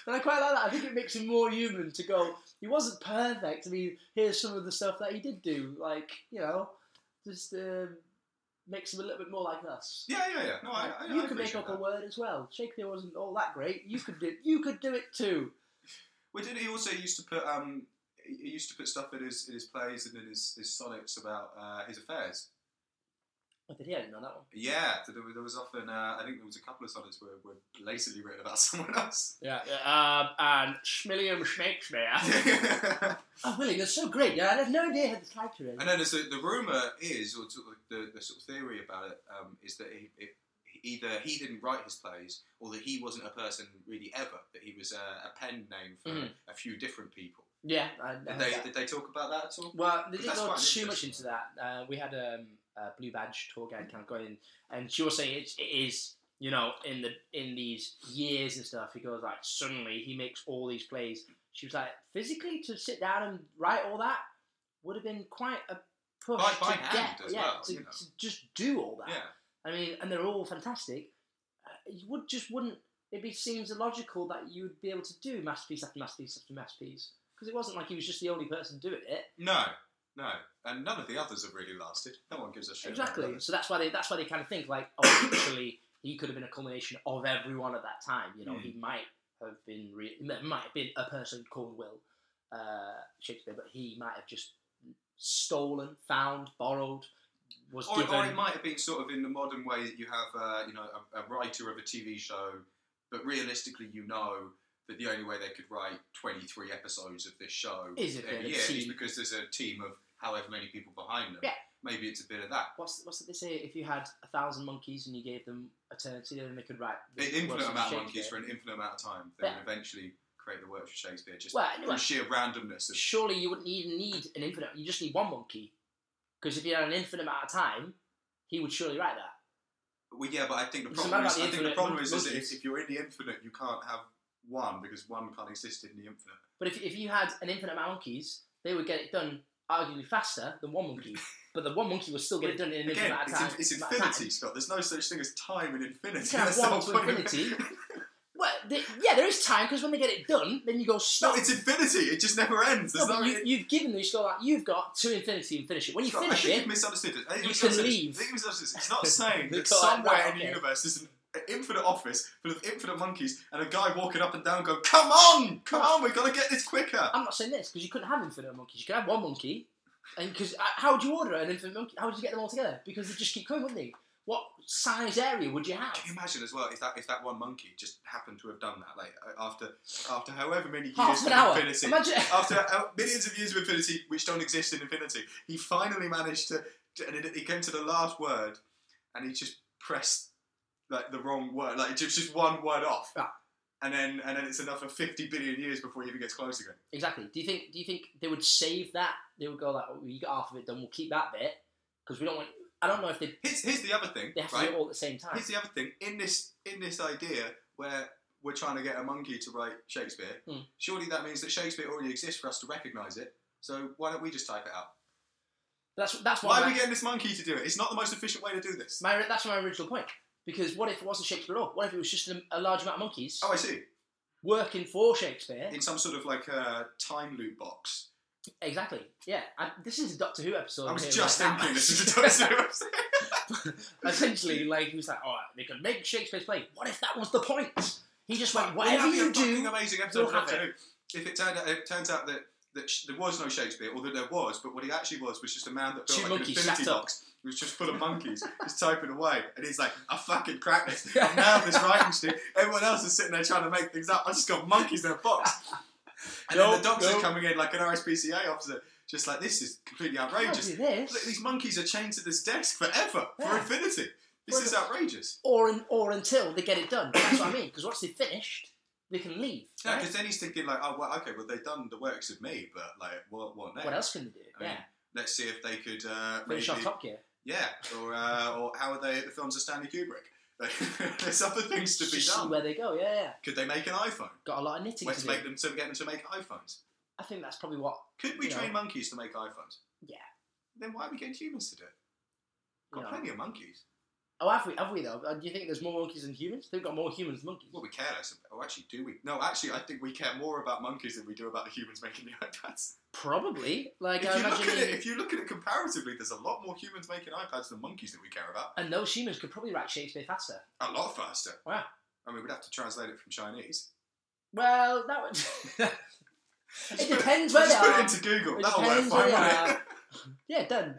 Speaker 3: And I quite like that. I think it makes him more human to go. He wasn't perfect. I mean, here's some of the stuff that he did do. Like you know, just um, makes him a little bit more like us.
Speaker 2: yeah, yeah, yeah. No, I, I,
Speaker 3: you
Speaker 2: I
Speaker 3: could make
Speaker 2: appreciate
Speaker 3: up
Speaker 2: that.
Speaker 3: a word as well. Shakespeare wasn't all that great. You could do. You could do it too.
Speaker 2: Well, did he also used to put um he he used to put stuff in his in his plays and in his, his sonnets about uh, his affairs.
Speaker 3: I Oh, did hear him on that one.
Speaker 2: Yeah, so there was, there was often uh, I think there was a couple of sonnets where were blatantly written about (laughs) someone else.
Speaker 3: Yeah. Um, and Schmilliam (laughs) Shakespeare.
Speaker 2: and
Speaker 3: oh, William, that's so great. Yeah, I have no idea who this character is.
Speaker 2: then there's the, the rumor is, or sort of the, the sort of theory about it, um, is that he, it, either he didn't write his plays, or that he wasn't a person really ever. That he was a, a pen name for
Speaker 3: Mhm.
Speaker 2: a few different people.
Speaker 3: Yeah. I, I
Speaker 2: Did
Speaker 3: heard
Speaker 2: they
Speaker 3: that.
Speaker 2: did they talk about that at all?
Speaker 3: Well,
Speaker 2: But
Speaker 3: they didn't
Speaker 2: that's
Speaker 3: go
Speaker 2: quite
Speaker 3: too much into
Speaker 2: interesting.
Speaker 3: that. Uh, we had um, a blue badge tour guide kind of going, in, and she was saying it's, it is, you know, in the in these years and stuff, he goes like suddenly he makes all these plays. She was like, physically to sit down and write all that would have been quite a push
Speaker 2: By- by
Speaker 3: to
Speaker 2: hand
Speaker 3: get,
Speaker 2: as
Speaker 3: yeah,
Speaker 2: well,
Speaker 3: to,
Speaker 2: you know.
Speaker 3: to just do all that.
Speaker 2: Yeah.
Speaker 3: I mean, and they're all fantastic. Uh, you would just wouldn't. It be, seems illogical that you would be able to do masterpiece after masterpiece after masterpiece because it wasn't like he was just the only person doing it.
Speaker 2: No, no, and none of the others have really lasted. No one gives a shit. about the
Speaker 3: Exactly.
Speaker 2: others.
Speaker 3: So that's why they that's why they kind of think like, oh, actually, he could have been a culmination of everyone at that time. You know,
Speaker 2: Hmm.
Speaker 3: he might have been re- m- might have been a person called Will uh, Shakespeare, but he might have just stolen, found, borrowed, was
Speaker 2: Or,
Speaker 3: given.
Speaker 2: or it might have been sort of in the modern way that you have, uh, you know, a, a writer of a TV show, but realistically, you know that the only way they could write 23 episodes of this show
Speaker 3: Is if they had
Speaker 2: every
Speaker 3: a
Speaker 2: year is
Speaker 3: team.
Speaker 2: because there's a team of however many people behind them.
Speaker 3: Yeah.
Speaker 2: Maybe it's a bit of that.
Speaker 3: What's, what's it they say? If you had a thousand monkeys and you gave them eternity, then they could write. the
Speaker 2: An infinite
Speaker 3: works of
Speaker 2: amount of
Speaker 3: Shakespeare.
Speaker 2: monkeys for an infinite amount of time. They
Speaker 3: Yeah.
Speaker 2: would eventually create the works of Shakespeare just
Speaker 3: Well,
Speaker 2: from
Speaker 3: anyway,
Speaker 2: sheer randomness. Of,
Speaker 3: surely you wouldn't even need an infinite. You just need one monkey, because if you had an infinite amount of time, he would surely write that.
Speaker 2: well, yeah, but I think the
Speaker 3: It's a
Speaker 2: problem
Speaker 3: matter
Speaker 2: is,
Speaker 3: about the
Speaker 2: I think the
Speaker 3: infinite
Speaker 2: problem is, is that
Speaker 3: monkeys.
Speaker 2: if, if you're in the infinite, you can't have one because one can't exist in the infinite.
Speaker 3: But if, if you had an infinite amount of monkeys, they would get it done arguably faster than one
Speaker 2: (laughs)
Speaker 3: monkey. but the one monkey would still get it done in an infinite
Speaker 2: Again,
Speaker 3: amount of
Speaker 2: it's,
Speaker 3: time.
Speaker 2: in- it's
Speaker 3: amount of time.
Speaker 2: infinity, Scott. There's no such thing as time in (laughs) infinity.
Speaker 3: You can have
Speaker 2: That's the
Speaker 3: one
Speaker 2: whole
Speaker 3: to
Speaker 2: point.
Speaker 3: infinity.
Speaker 2: (laughs)
Speaker 3: well, the- yeah, there is time because when they get it done, then you go
Speaker 2: No,
Speaker 3: stop.
Speaker 2: it's infinity. It just never ends.
Speaker 3: No,
Speaker 2: There's no.
Speaker 3: but you, you've given them. You go like you've got to infinity and finish it. When you
Speaker 2: Scott, I
Speaker 3: finish
Speaker 2: think
Speaker 3: it,
Speaker 2: you've misunderstood it. I think
Speaker 3: you
Speaker 2: you've
Speaker 3: can
Speaker 2: misunderstood it.
Speaker 3: leave.
Speaker 2: I think you've misunderstood it. It's
Speaker 3: (laughs)
Speaker 2: not saying
Speaker 3: They
Speaker 2: that
Speaker 3: call it,
Speaker 2: somewhere
Speaker 3: right,
Speaker 2: in the
Speaker 3: okay.
Speaker 2: universe there's an infinite office full of infinite monkeys and a guy walking up and down going, Come on! Come on! We've got to get this quicker!
Speaker 3: I'm not saying this because you couldn't have infinite monkeys. You could have one monkey, and because how would you order an infinite monkey? How would you get them all together? Because they just keep coming, wouldn't they? What size area would you have?
Speaker 2: Can you imagine as well if that if that one monkey just happened to have done that, like after after however many years
Speaker 3: Half
Speaker 2: of
Speaker 3: an hour.
Speaker 2: infinity,
Speaker 3: Imagine.
Speaker 2: after uh, millions of years of infinity, which don't exist in infinity, he finally managed to, to- and it- he came to the last word, and he just pressed like the wrong word, like just just one word off,
Speaker 3: Yeah.
Speaker 2: and then and then it's another fifty billion years before he even gets close again.
Speaker 3: Exactly. Do you think? Do you think they would save that? They would go like, oh, "You got half of it done. We'll keep that bit because we don't want." I don't know if they
Speaker 2: Here's here's the other thing,
Speaker 3: they have to
Speaker 2: right?
Speaker 3: do it all at the same time.
Speaker 2: Here's the other thing in this in this idea where we're trying to get a monkey to write Shakespeare.
Speaker 3: Hmm.
Speaker 2: Surely that means that Shakespeare already exists for us to recognise it. So why don't we just type it out?
Speaker 3: That's that's
Speaker 2: Why
Speaker 3: why.
Speaker 2: are
Speaker 3: My,
Speaker 2: we getting this monkey to do it? It's not the most efficient way to do this.
Speaker 3: my- that's my original point. Because what if it wasn't Shakespeare at all? What if it was just a, a large amount of monkeys
Speaker 2: Oh, I see.
Speaker 3: working for Shakespeare?
Speaker 2: In some sort of like a time loop box.
Speaker 3: exactly. Yeah. I, this is a Doctor Who episode.
Speaker 2: I was
Speaker 3: here,
Speaker 2: just
Speaker 3: like that.
Speaker 2: thinking this is a Doctor Who episode.
Speaker 3: (laughs) Essentially, like he was like, "All right, they could make Shakespeare's play. What if that was the point?" He just went,
Speaker 2: Wouldn't
Speaker 3: "Whatever
Speaker 2: that be a
Speaker 3: you
Speaker 2: fucking
Speaker 3: do."
Speaker 2: amazing
Speaker 3: you'll
Speaker 2: episode of
Speaker 3: have
Speaker 2: Doctor Who? If it turned out, it turns out that. That sh- there was no Shakespeare, or that there was, but what he actually was was just a man that built
Speaker 3: Two
Speaker 2: like
Speaker 3: monkeys
Speaker 2: an infinity
Speaker 3: stacked up.
Speaker 2: box It was just full of
Speaker 3: (laughs)
Speaker 2: monkeys, just typing away. And he's like, I fucking cracked this. I'm now this writing stick. Everyone else is sitting there trying to make things up. I just got monkeys in a box. And then
Speaker 1: Nope,
Speaker 2: the doctor's
Speaker 1: nope.
Speaker 2: coming in like an RSPCA officer, just like, this is completely
Speaker 3: Can't
Speaker 2: outrageous.
Speaker 3: do this.
Speaker 2: Look, these monkeys are chained to this desk forever, for
Speaker 3: Yeah.
Speaker 2: infinity. This
Speaker 3: Well,
Speaker 2: is outrageous.
Speaker 3: or in, or until they get it done. That's what I mean. Because once they've finished, they can leave.
Speaker 2: Yeah,
Speaker 3: right?
Speaker 2: because then he's thinking like, oh, well, okay, well they've done the works of me, but like, what, what next?
Speaker 3: What else can they do?
Speaker 2: I mean,
Speaker 3: yeah,
Speaker 2: Let's see if they could uh, maybe,
Speaker 3: finish on Top Gear.
Speaker 2: yeah, or uh, or how are they at the films of Stanley Kubrick? (laughs) There's other things to be
Speaker 3: Just see
Speaker 2: done.
Speaker 3: where they go. Yeah, yeah.
Speaker 2: Could they make an iPhone?
Speaker 3: Got a lot of knitting
Speaker 2: Let's
Speaker 3: to do.
Speaker 2: make them to get them to make iPhones.
Speaker 3: I think that's probably what.
Speaker 2: Could we
Speaker 3: You
Speaker 2: train
Speaker 3: know.
Speaker 2: monkeys to make iPhones?
Speaker 3: Yeah.
Speaker 2: Then why are we getting humans to do it?
Speaker 3: You
Speaker 2: Got
Speaker 3: know.
Speaker 2: plenty of monkeys.
Speaker 3: Oh, have we? Have we though? Uh, Do you think there's more monkeys than humans? They've got more humans than monkeys.
Speaker 2: Well, we care less. About, oh, actually, do we? No, actually, I think we care more about monkeys than we do about the humans making the (laughs) iPads.
Speaker 3: Probably. Like
Speaker 2: If
Speaker 3: I
Speaker 2: you, look
Speaker 3: imagine.
Speaker 2: at it,
Speaker 3: in-
Speaker 2: if you look at it comparatively, there's a lot more humans making iPads than monkeys that we care about.
Speaker 3: And those humans could probably write Shakespeare faster.
Speaker 2: A lot faster.
Speaker 3: Wow.
Speaker 2: I mean, we'd have to translate it from Chinese.
Speaker 3: Well, that would. (laughs)
Speaker 2: Just
Speaker 3: it
Speaker 2: put
Speaker 3: depends where they
Speaker 2: Just put
Speaker 3: are.
Speaker 2: it into Google.
Speaker 3: It
Speaker 2: That'll work
Speaker 3: depends
Speaker 2: fine,
Speaker 3: where they
Speaker 2: won't it?
Speaker 3: are. yeah, done.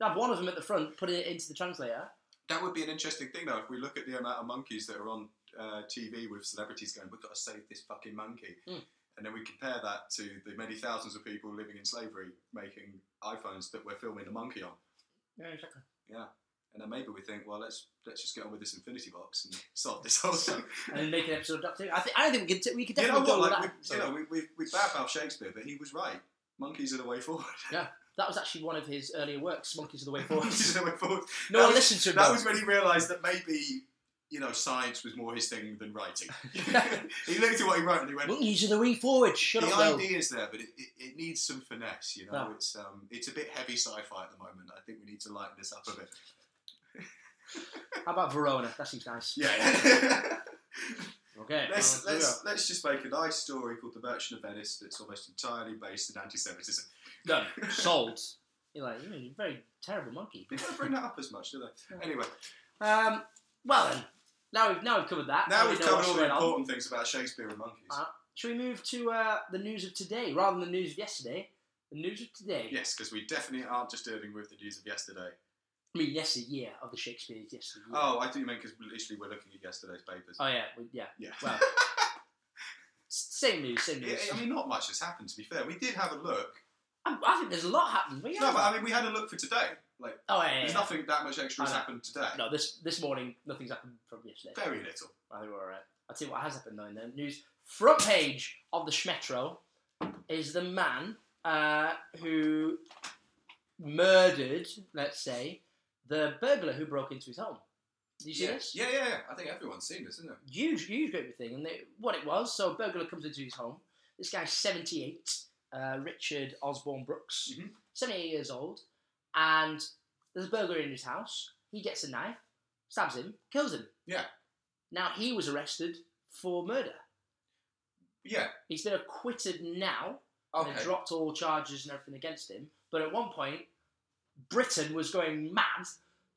Speaker 3: Have one of them at the front. Put it into the translator.
Speaker 2: That would be an interesting thing, though, if we look at the amount of monkeys that are on uh, TV with celebrities going, we've got to save this fucking monkey.
Speaker 3: Mm.
Speaker 2: And then we compare that to the many thousands of people living in slavery making iPhones that we're filming the monkey on.
Speaker 3: Yeah, exactly.
Speaker 2: And then maybe we think, well, let's let's just get on with this Infinity Box and solve this whole thing.
Speaker 3: and then make an episode of Doctor Who. I think I think we could t- we could
Speaker 2: you know
Speaker 3: definitely
Speaker 2: what?
Speaker 3: go with
Speaker 2: Like,
Speaker 3: that.
Speaker 2: we, you know, we, we, we badmouth Shakespeare, but he was right. Monkeys are the way
Speaker 3: (laughs)
Speaker 2: forward. (laughs)
Speaker 3: that was actually one of his earlier works, Monkeys of the Way Forward.
Speaker 2: Monkeys are the way forward. That
Speaker 3: no one
Speaker 2: was-
Speaker 3: listened to him.
Speaker 2: That
Speaker 3: though.
Speaker 2: was when he realised that maybe, you know, science was more his thing than
Speaker 3: (laughs)
Speaker 2: writing. (laughs) he looked at what he wrote and he went,
Speaker 3: Monkeys of the Way Forward. Shut
Speaker 2: the
Speaker 3: up, Will.
Speaker 2: idea is there, but it, it, it needs some finesse, you know?
Speaker 3: Yeah.
Speaker 2: It's, um, it's a bit heavy sci-fi at the moment. I think we need to lighten this up a bit.
Speaker 3: How about Verona? That seems nice.
Speaker 2: Yeah.
Speaker 3: Okay.
Speaker 2: (laughs)
Speaker 3: Uh,
Speaker 2: let's,
Speaker 3: well,
Speaker 2: let's, let's just make a nice story called The Merchant of Venice that's almost entirely based in anti-Semitism.
Speaker 3: there we go. done. Sold. You're like you're a very terrible monkey.
Speaker 2: They don't bring that up as much, do
Speaker 3: No.
Speaker 2: they? Anyway.
Speaker 3: Um. Well then, now we've now we've covered that.
Speaker 2: Now
Speaker 3: we
Speaker 2: we've
Speaker 3: know
Speaker 2: covered
Speaker 3: what's
Speaker 2: all the
Speaker 3: going on.
Speaker 2: important things about Shakespeare and monkeys.
Speaker 3: Uh, Shall we move to uh, the news of today rather than the news of yesterday? The news of today.
Speaker 2: yes, because we definitely aren't just dealing with the news of yesterday.
Speaker 3: I mean, yes, a year of the Shakespeare's yes a year.
Speaker 2: Oh, I think you meant because literally we're looking at yesterday's papers.
Speaker 3: Oh yeah. we- Yeah.
Speaker 2: yeah.
Speaker 3: Well. S- Same news. Same
Speaker 2: (laughs) Yeah,
Speaker 3: news.
Speaker 2: I mean, not much has happened. To be fair, we did have a look.
Speaker 3: I, I think there's a lot happening. but yeah.
Speaker 2: No, but I mean, we had a look for today. Like,
Speaker 3: oh yeah, yeah,
Speaker 2: there's
Speaker 3: yeah.
Speaker 2: nothing that much extra has
Speaker 3: I know.
Speaker 2: happened today.
Speaker 3: No, this this morning nothing's happened from yesterday.
Speaker 2: Very little.
Speaker 3: I think we're alright. I'll tell you what has happened though in the news. Front page of the Schmetro is the man uh, who murdered, let's say, the burglar who broke into his home. Do you see
Speaker 2: yeah.
Speaker 3: this?
Speaker 2: Yeah, yeah, yeah. I think everyone's seen this, isn't it?
Speaker 3: huge, huge great thing. And they, what it was, so a burglar comes into his home. This guy's 78, uh, Richard Osborne Brooks,
Speaker 2: Mhm.
Speaker 3: 78 years old, and there's a burglar in his house. He gets a knife, stabs him, kills him.
Speaker 2: Yeah.
Speaker 3: Now he was arrested for murder.
Speaker 2: Yeah.
Speaker 3: He's been acquitted now.
Speaker 2: Okay.
Speaker 3: They dropped all charges and everything against him. But at one point, Britain was going mad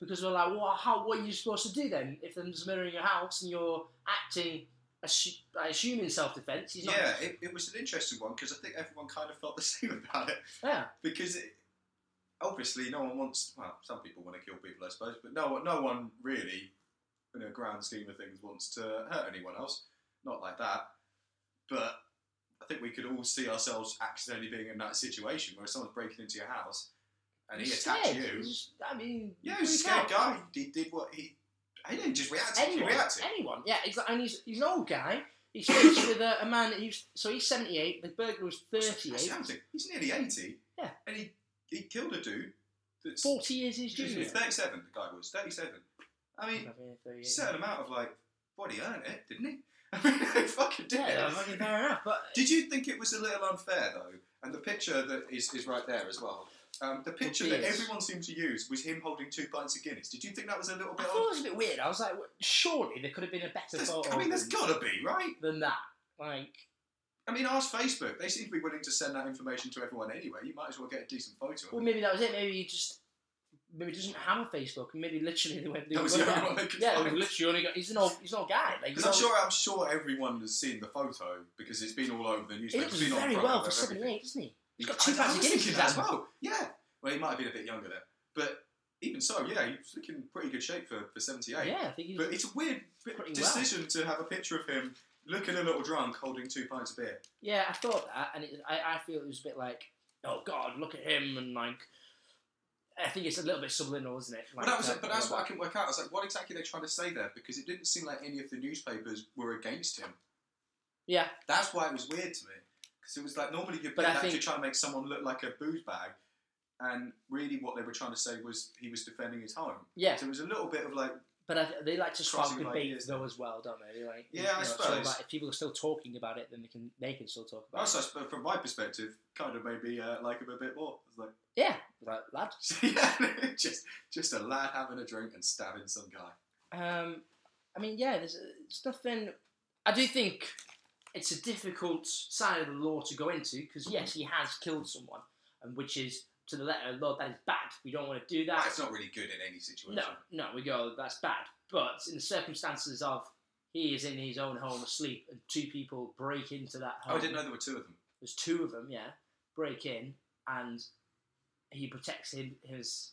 Speaker 3: because they were like, well, how, what are you supposed to do then if there's a murder in your house and you're acting, assu- I assume in self defence? He's not.
Speaker 2: yeah, it, it was an interesting one because I think everyone kind of felt the (laughs) same about it.
Speaker 3: Yeah.
Speaker 2: because it, obviously no one wants. Well, some people want to kill people, I suppose, but no, no one really, in a grand scheme of things, wants to hurt anyone else. Not like that. But I think we could all see ourselves accidentally being in that situation where someone's breaking into your house and he
Speaker 3: He's
Speaker 2: attacks
Speaker 3: scared.
Speaker 2: you.
Speaker 3: He's just- I mean,
Speaker 2: Yeah, he's a
Speaker 3: freak out.
Speaker 2: scared guy. He did what he. He didn't just react. He
Speaker 3: anyone,
Speaker 2: reacted.
Speaker 3: anyone. Yeah, he's like, and he's, he's an old guy. He
Speaker 2: (coughs)
Speaker 3: sleeps with a, a man. He's so he's seventy eight. The burglar was
Speaker 2: That's
Speaker 3: 38.
Speaker 2: the other thing. He's nearly eighty.
Speaker 3: Yeah.
Speaker 2: and he he killed a dude that's
Speaker 3: 40 years his
Speaker 2: Excuse me,
Speaker 3: junior.
Speaker 2: 37, the guy was. 37. I mean, a
Speaker 3: 38.
Speaker 2: certain amount of, like, well, he earned it, didn't he? (laughs) I mean, he fucking did
Speaker 3: Yeah,
Speaker 2: it.
Speaker 3: fucking fair enough. But
Speaker 2: Did you think it was a little unfair, though? And the picture that is, is right there as well. Um, the picture that
Speaker 3: beers.
Speaker 2: everyone seemed to use was him holding two pints of Guinness. Did you think that was a little
Speaker 3: I
Speaker 2: bit
Speaker 3: thought it
Speaker 2: odd?
Speaker 3: was a bit weird. I was like, well, surely there could have been a better
Speaker 2: There's-
Speaker 3: photo
Speaker 2: I mean, there's
Speaker 3: than,
Speaker 2: got to be, right?
Speaker 3: than that. Like,
Speaker 2: I mean, ask Facebook. They seem to be willing to send that information to everyone anyway. You might as well get a decent photo. of
Speaker 3: well,
Speaker 2: it.
Speaker 3: maybe that was it. Maybe he just maybe he doesn't have a Facebook, and maybe literally they went. They
Speaker 2: That
Speaker 3: were
Speaker 2: was the
Speaker 3: looking
Speaker 2: only
Speaker 3: at him.
Speaker 2: one they could
Speaker 3: yeah,
Speaker 2: find.
Speaker 3: they were literally only got. He's an old. He's an old guy. Like, he's
Speaker 2: Because I'm
Speaker 3: old-
Speaker 2: sure, I'm sure everyone has seen the photo because it's been all over the
Speaker 3: He
Speaker 2: newspaper.
Speaker 3: looks
Speaker 2: It's been on
Speaker 3: very
Speaker 2: front
Speaker 3: well
Speaker 2: cover
Speaker 3: for
Speaker 2: of everything.
Speaker 3: seventy-eight, doesn't he? He's got
Speaker 2: I-
Speaker 3: two
Speaker 2: I
Speaker 3: pounds of
Speaker 2: was
Speaker 3: Guinness
Speaker 2: thinking
Speaker 3: in his
Speaker 2: that as
Speaker 3: hand.
Speaker 2: well. Yeah. Well, he might have been a bit younger then, but even so, yeah, he's looking pretty good shape for, for 78.
Speaker 3: yeah, I think he's
Speaker 2: But it's a weird bit-
Speaker 3: Pretty well.
Speaker 2: decision to have a picture of him looking a little drunk holding two pints of beer.
Speaker 3: Yeah, I thought that, and it, I, I feel it was a bit like, oh God, look at him, and like, I think it's a little bit subliminal, isn't it?
Speaker 2: But,
Speaker 3: Like,
Speaker 2: that was,
Speaker 3: uh,
Speaker 2: but that's what I
Speaker 3: like,
Speaker 2: can work out. I was like, what exactly are they trying to say there? Because it didn't seem like any of the newspapers were against him.
Speaker 3: Yeah,
Speaker 2: That's why it was weird to me. Because it was like normally you're
Speaker 3: But I
Speaker 2: actually
Speaker 3: think-
Speaker 2: trying to make someone look like a booze bag, and really what they were trying to say was he was defending his home.
Speaker 3: yeah.
Speaker 2: So it was a little bit of like,
Speaker 3: But I, they like to spark
Speaker 2: Crossing the
Speaker 3: debate
Speaker 2: ideas.
Speaker 3: though as well, don't they? They Like,
Speaker 2: Yeah,
Speaker 3: you
Speaker 2: I
Speaker 3: it's
Speaker 2: suppose.
Speaker 3: about- if people are still talking about it, then they can they can still talk about
Speaker 2: also,
Speaker 3: it.
Speaker 2: I suppose from my perspective, kind of maybe uh, like him a bit more. It's like,
Speaker 3: Yeah, like, lad.
Speaker 2: yeah, (laughs) just just a lad having a drink and stabbing some guy.
Speaker 3: Um, I mean, yeah, there's, there's nothing. I do think it's a difficult side of the law to go into because yes, he has killed someone, and which is to the letter of the law that is bad. We don't want to do that.
Speaker 2: That's it's not really good in any situation.
Speaker 3: No, no, we go, that's bad. But in the circumstances of he is in his own home asleep and two people break into that home.
Speaker 2: Oh, I didn't know there were two of them.
Speaker 3: There's two of them, yeah, break in and he protects him, his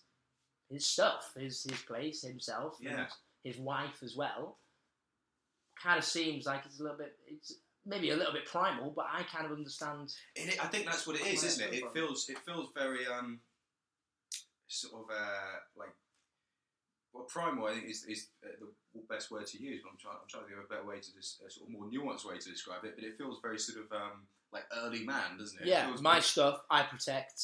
Speaker 3: his stuff, his his place, himself, and
Speaker 2: Yeah.
Speaker 3: his wife as well. Kind of seems like it's a little bit, it's maybe a little bit primal, but I kind of understand.
Speaker 2: And it, I think that's what it is,
Speaker 3: Where
Speaker 2: isn't it?
Speaker 3: it's
Speaker 2: It
Speaker 3: come from.
Speaker 2: feels it feels very um, sort of uh, like well, primal. I think is, is uh, the best word to use. But I'm trying I'm trying to think of a better way to dis- a sort of more nuanced way to describe it. But it feels very sort of um, like early man, doesn't it? It
Speaker 3: yeah,
Speaker 2: feels
Speaker 3: my
Speaker 2: very-
Speaker 3: stuff, I protect,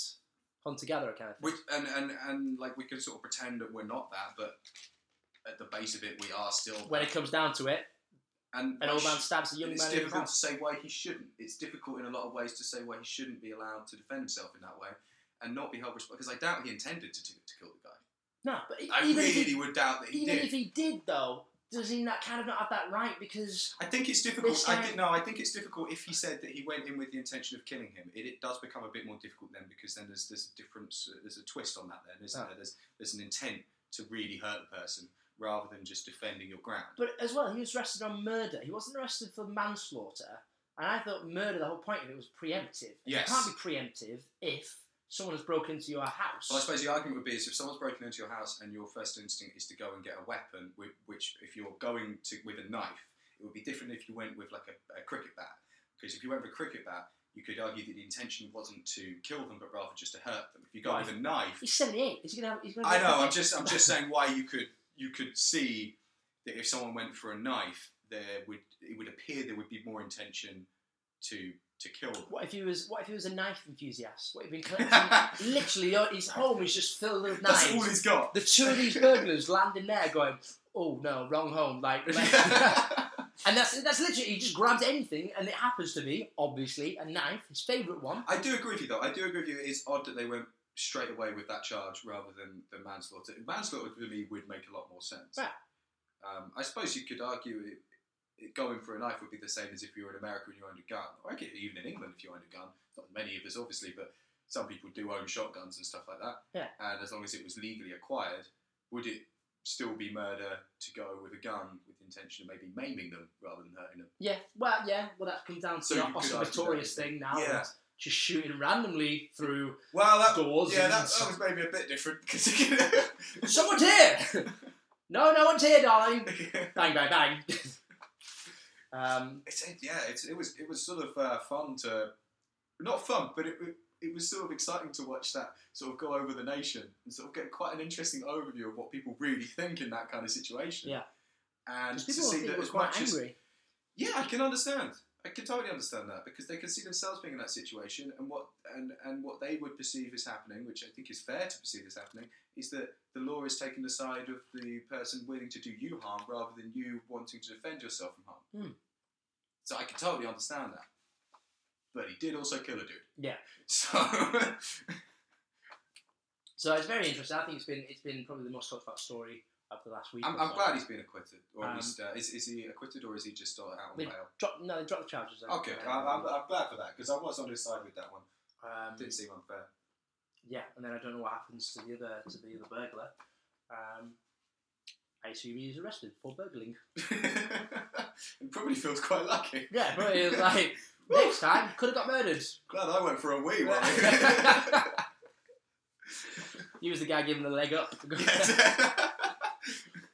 Speaker 3: hunter gatherer kind of thing.
Speaker 2: which and, and and like we can sort of pretend that we're not that, but at the base of it, we are still.
Speaker 3: When it comes down to it,
Speaker 2: and
Speaker 3: an
Speaker 2: I
Speaker 3: old
Speaker 2: sh-
Speaker 3: man stabs a young
Speaker 2: and it's
Speaker 3: man. in the
Speaker 2: difficult
Speaker 3: back.
Speaker 2: to say why he shouldn't. It's difficult in a lot of ways to say why he shouldn't be allowed to defend himself in that way and not be held responsible. Because I doubt he intended to, do, to kill the guy.
Speaker 3: No, but e-
Speaker 2: I
Speaker 3: even if he
Speaker 2: really would doubt that he
Speaker 3: Even
Speaker 2: did.
Speaker 3: if he did, though, does he not kind of not have that right? Because
Speaker 2: I think it's difficult.
Speaker 3: This
Speaker 2: I
Speaker 3: guy-
Speaker 2: think no. I think it's difficult if he said that he went in with the intention of killing him. It, it does become a bit more difficult then because then there's there's a difference. uh, There's a twist on that then, isn't
Speaker 3: Ah.
Speaker 2: there? There's there's an intent to really hurt the person rather than just defending your ground.
Speaker 3: but as well, he was arrested on murder. He wasn't arrested for manslaughter. And I thought murder, the whole point of it was preemptive. And
Speaker 2: Yes.
Speaker 3: You can't be preemptive if someone has broken into your house.
Speaker 2: Well, I suppose the argument would be is if someone's broken into your house and your first instinct is to go and get a weapon, which, which if you're going to with a knife, it would be different if you went with like a, a cricket bat. Because if you went with a cricket bat, you could argue that the intention wasn't to kill them, but rather just to hurt them. If you go with a knife,
Speaker 3: he's 78. He's gonna have. He's gonna
Speaker 2: I
Speaker 3: get
Speaker 2: know.
Speaker 3: the-
Speaker 2: I'm just I'm just saying why you could you could see that if someone went for a knife, there would it would appear there would be more intention to to kill them.
Speaker 3: What if he was? What if he was a knife enthusiast? What if he'd been collecting? literally, uh, his home is just filled with knives.
Speaker 2: (laughs) That's all he's got.
Speaker 3: the two of these burglars landing there, going, "Oh no, wrong home!" Like, (laughs) let's-
Speaker 2: (laughs)
Speaker 3: And that's that's literally he just grabs anything, and it happens to be obviously a knife, his favourite one.
Speaker 2: I do agree with you, though. I do agree with you. It's odd that they went straight away with that charge rather than the manslaughter. Manslaughter to me would make a lot more sense.
Speaker 3: Yeah.
Speaker 2: Um, I suppose you could argue it, it going for a knife would be the same as if you were in America and you owned a gun, or I get even in England if you owned a gun. Not many of us, obviously, but some people do own shotguns and stuff like that.
Speaker 3: Yeah.
Speaker 2: And as long as it was legally acquired, would it still be murder to go with a gun with the intention of maybe maiming them rather than hurting them?
Speaker 3: Yeah, well, yeah, well, that comes down to
Speaker 2: So
Speaker 3: the
Speaker 2: you could
Speaker 3: Austin
Speaker 2: argue
Speaker 3: Victorious
Speaker 2: that.
Speaker 3: thing now.
Speaker 2: Yeah.
Speaker 3: and Just shooting randomly through
Speaker 2: Well,
Speaker 3: doors.
Speaker 2: yeah,
Speaker 3: and-
Speaker 2: that, that was maybe a bit different. (laughs)
Speaker 3: Someone's here! no, no one's here, darling! Bang, bang, bang. um,
Speaker 2: it's, it- yeah, it's, it was it was sort of uh, fun to not fun, but it, it it was sort of exciting to watch that sort of go over the nation and sort of get quite an interesting overview of what people really think in that kind of situation.
Speaker 3: Yeah.
Speaker 2: and
Speaker 3: 'cause
Speaker 2: to
Speaker 3: people
Speaker 2: see
Speaker 3: think
Speaker 2: that
Speaker 3: it was
Speaker 2: as
Speaker 3: quite
Speaker 2: much as
Speaker 3: angry.
Speaker 2: yeah, I can understand. I can totally understand that because they can see themselves being in that situation, and what and, and what they would perceive as happening, which I think is fair to perceive as happening, is that the law is taking the side of the person willing to do you harm rather than you wanting to defend yourself from harm.
Speaker 3: Hmm.
Speaker 2: So I can totally understand that. But he did also kill a dude.
Speaker 3: Yeah.
Speaker 2: (laughs) So
Speaker 3: So it's very interesting. I think it's been it's been probably the most talked about story of the last week.
Speaker 2: I'm,
Speaker 3: or
Speaker 2: I'm
Speaker 3: so.
Speaker 2: glad he's been acquitted, or at
Speaker 3: Um,
Speaker 2: least uh, is, is he acquitted or is he just uh, out on
Speaker 3: Wait.
Speaker 2: bail?
Speaker 3: Drop, no, they dropped the charges. though.
Speaker 2: Okay, I, I'm, I'm glad for that because I was on his side with that one.
Speaker 3: Um,
Speaker 2: Didn't seem unfair.
Speaker 3: Yeah, and then I don't know what happens to the other to the other burglar. Um, I assume he was arrested for burgling.
Speaker 2: (laughs) and probably feels quite lucky. (laughs)
Speaker 3: Yeah, but it was like next (laughs) time could have got murdered.
Speaker 2: (laughs) Glad I went for a wee one.
Speaker 3: He was the guy giving the leg up. (laughs)
Speaker 2: Yes.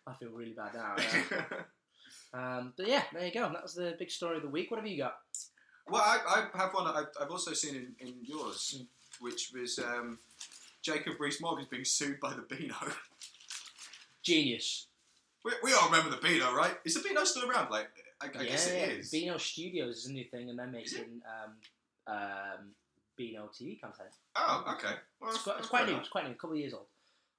Speaker 3: I feel really bad now. yeah. Um, but yeah, there you go. That was the big story of the week. What have you got?
Speaker 2: (laughs) Well, I, I have one that I've, I've also seen in, in yours, which was um, Jacob Rees-Mogg is being sued by the Beano. (laughs)
Speaker 3: Genius.
Speaker 2: We, we all remember the Beano, right? Is the Beano still around? Like, I, I guess it is.
Speaker 3: Beano Studios is a new thing, and they're
Speaker 2: Is it?
Speaker 3: making um, um, Beano TV content.
Speaker 2: oh, okay. Well,
Speaker 3: It's quite,
Speaker 2: that's
Speaker 3: it's quite
Speaker 2: fair
Speaker 3: new.
Speaker 2: enough. Uh,
Speaker 3: It's quite new. A couple of years old.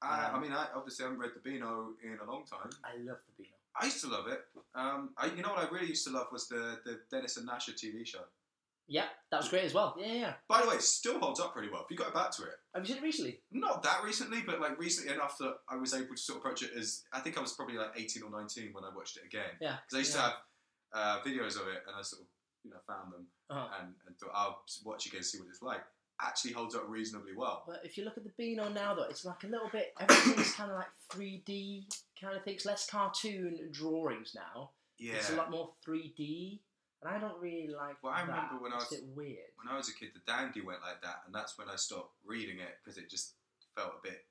Speaker 2: I, I
Speaker 3: Um,
Speaker 2: mean, I obviously haven't read the Beano in a long time.
Speaker 3: I love the Beano.
Speaker 2: I used to love it. Um, I, you know what I really used to love was the, the Dennis and Nasher TV show.
Speaker 3: Yeah, that was great as well. Yeah, yeah, yeah.
Speaker 2: By the way, it still holds up pretty well. If you go back to it,
Speaker 3: Have you seen it recently?
Speaker 2: not that recently, but like recently enough that I was able to sort of approach it as I think I was probably like 18 or 19 when I watched it again.
Speaker 3: Yeah.
Speaker 2: Because I used
Speaker 3: yeah.
Speaker 2: to have uh, videos of it and I sort of you know found them
Speaker 3: Uh-huh.
Speaker 2: and, and thought I'll watch again see what it's like. Actually holds up reasonably well.
Speaker 3: But if you look at the Beano now, though, it's like a little bit.
Speaker 2: (coughs)
Speaker 3: Everything's kind of like 3D kind of things. Less cartoon drawings now.
Speaker 2: Yeah.
Speaker 3: It's a lot more 3D, and I don't really like.
Speaker 2: Well, I
Speaker 3: that.
Speaker 2: remember when I
Speaker 3: it's
Speaker 2: was-
Speaker 3: a bit weird.
Speaker 2: When I was a kid, the dandy went like that, and that's when I stopped reading it because it just felt a bit.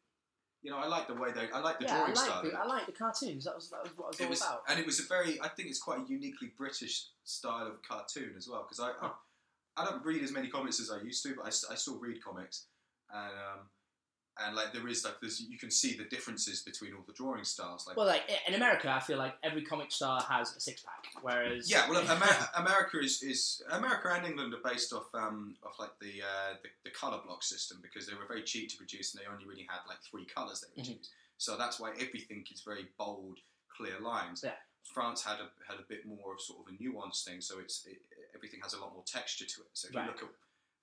Speaker 2: You know, I like the way they. I like the
Speaker 3: yeah, I
Speaker 2: drawing
Speaker 3: like
Speaker 2: style.
Speaker 3: the, I like the cartoons. That was that was what it was
Speaker 2: it
Speaker 3: all
Speaker 2: was,
Speaker 3: about.
Speaker 2: and it was a very. I think it's quite a uniquely British style of cartoon as well. Because I, I, I don't read as many comics as I used to, but I, st- I still read comics, and um, and like there is like this. You can see the differences between all the drawing styles. Like
Speaker 3: Well, like in America, I feel like every comic star has a six pack, whereas
Speaker 2: yeah, well,
Speaker 3: (laughs)
Speaker 2: Amer- America is, is America and England are based off um off like the, uh, the the color block system because they were very cheap to produce and they only really had like three colors they would
Speaker 3: Mhm.
Speaker 2: use. So that's why everything is very bold, clear lines.
Speaker 3: Yeah.
Speaker 2: France had a had a bit more of sort of a nuanced thing, so it's it, everything has a lot more texture to it. So if
Speaker 3: Right.
Speaker 2: you look at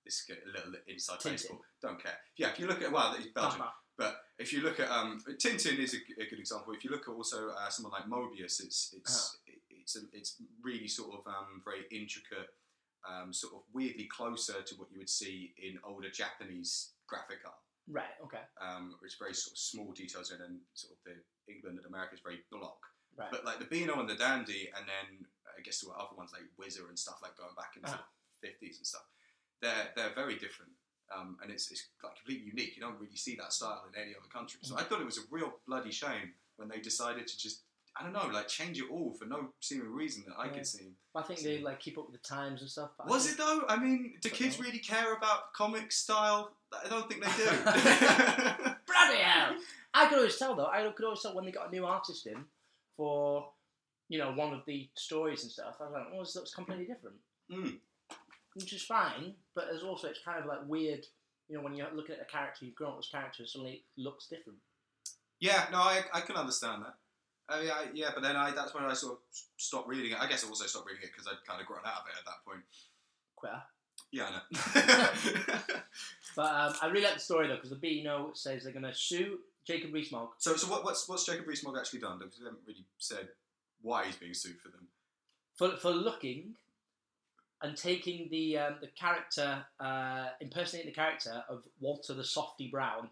Speaker 2: this is a little inside
Speaker 3: Tintin.
Speaker 2: baseball, don't care. Yeah, if you look at well, it's Belgium.
Speaker 3: Batman.
Speaker 2: But if you look at um, Tintin is a, a good example. If you look at also uh, someone like Mobius, it's it's it's a, it's really sort of um, very intricate, um, sort of weirdly closer to what you would see in older Japanese graphic art.
Speaker 3: Right. Okay.
Speaker 2: Um, it's very sort of small details and then sort of the England and America is very block.
Speaker 3: Right.
Speaker 2: But like the Beano and the Dandy, and then I guess there were other ones like Whizzer and stuff like going back into
Speaker 3: Uh-huh.
Speaker 2: the fifties and stuff. They're they're very different, um, and it's it's like completely unique. You don't really see that style in any other country. So I thought it was a real bloody shame when they decided to just I don't know like change it all for no seeming reason that I
Speaker 3: Yeah.
Speaker 2: could see.
Speaker 3: I think they like keep up with the times and stuff. But I
Speaker 2: Was
Speaker 3: think-
Speaker 2: it though? I mean, do
Speaker 3: Don't
Speaker 2: kids
Speaker 3: know.
Speaker 2: really care about comic style? I don't think they
Speaker 3: (laughs)
Speaker 2: do. (laughs)
Speaker 3: bloody hell? I could always tell though. I could always tell when they got a new artist in for you know one of the stories and stuff. I was like, oh, this looks completely different,
Speaker 2: Mm.
Speaker 3: which is fine. But there's also it's kind of like weird. You know, when you're looking at a character, you've grown up with this character, and suddenly it looks different.
Speaker 2: Yeah, no, I, I can understand that. I mean, I, yeah, but then I, that's when I sort of s- stopped reading it. I guess I also stopped reading it because I'd kind of grown out of it at that point.
Speaker 3: Queer.
Speaker 2: Yeah, I know. (laughs)
Speaker 3: But um, I really like the story though because the Beano says they're going to sue Jacob Rees-Mogg.
Speaker 2: so, so what, what's what's Jacob Rees-Mogg actually done? Because they haven't really said why he's being sued for them.
Speaker 3: for, for looking and taking the um, the character uh, impersonating the character of Walter the Softy Brown.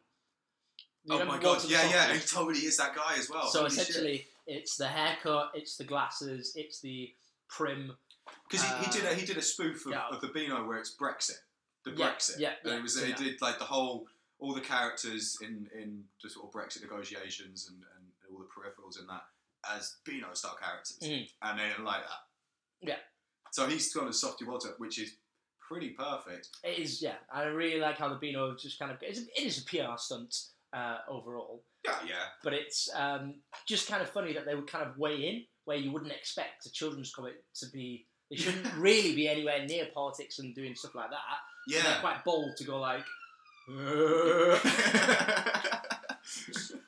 Speaker 3: You
Speaker 2: oh
Speaker 3: remember
Speaker 2: my god,
Speaker 3: Walter the
Speaker 2: yeah, yeah, Oh, he
Speaker 3: Softy?
Speaker 2: totally is that guy as well.
Speaker 3: so essentially, it's the haircut, it's the glasses, it's the prim.
Speaker 2: because he, he did a, he did a spoof of,
Speaker 3: Uh, yeah.
Speaker 2: of the Beano where it's Brexit, the
Speaker 3: Yeah,
Speaker 2: Brexit.
Speaker 3: yeah,
Speaker 2: And
Speaker 3: yeah,
Speaker 2: it was
Speaker 3: seen
Speaker 2: he
Speaker 3: that.
Speaker 2: did like the whole all the characters in in the sort of Brexit negotiations and, and all the peripherals and that as Beano style characters,
Speaker 3: Mhm.
Speaker 2: and they didn't like that.
Speaker 3: Yeah.
Speaker 2: So he's gone as Softy Walter, which is pretty perfect.
Speaker 3: It is yeah. I really like how the Beano just kind of it's, it is a PR stunt uh, overall,
Speaker 2: Yeah, yeah.
Speaker 3: but it's um, just kind of funny that they would kind of weigh in where you wouldn't expect a children's comic to be.
Speaker 2: (laughs)
Speaker 3: They shouldn't really be anywhere near politics and doing stuff like that. And They're
Speaker 2: Yeah.
Speaker 3: quite bold to
Speaker 2: (laughs)
Speaker 3: go like. (laughs) and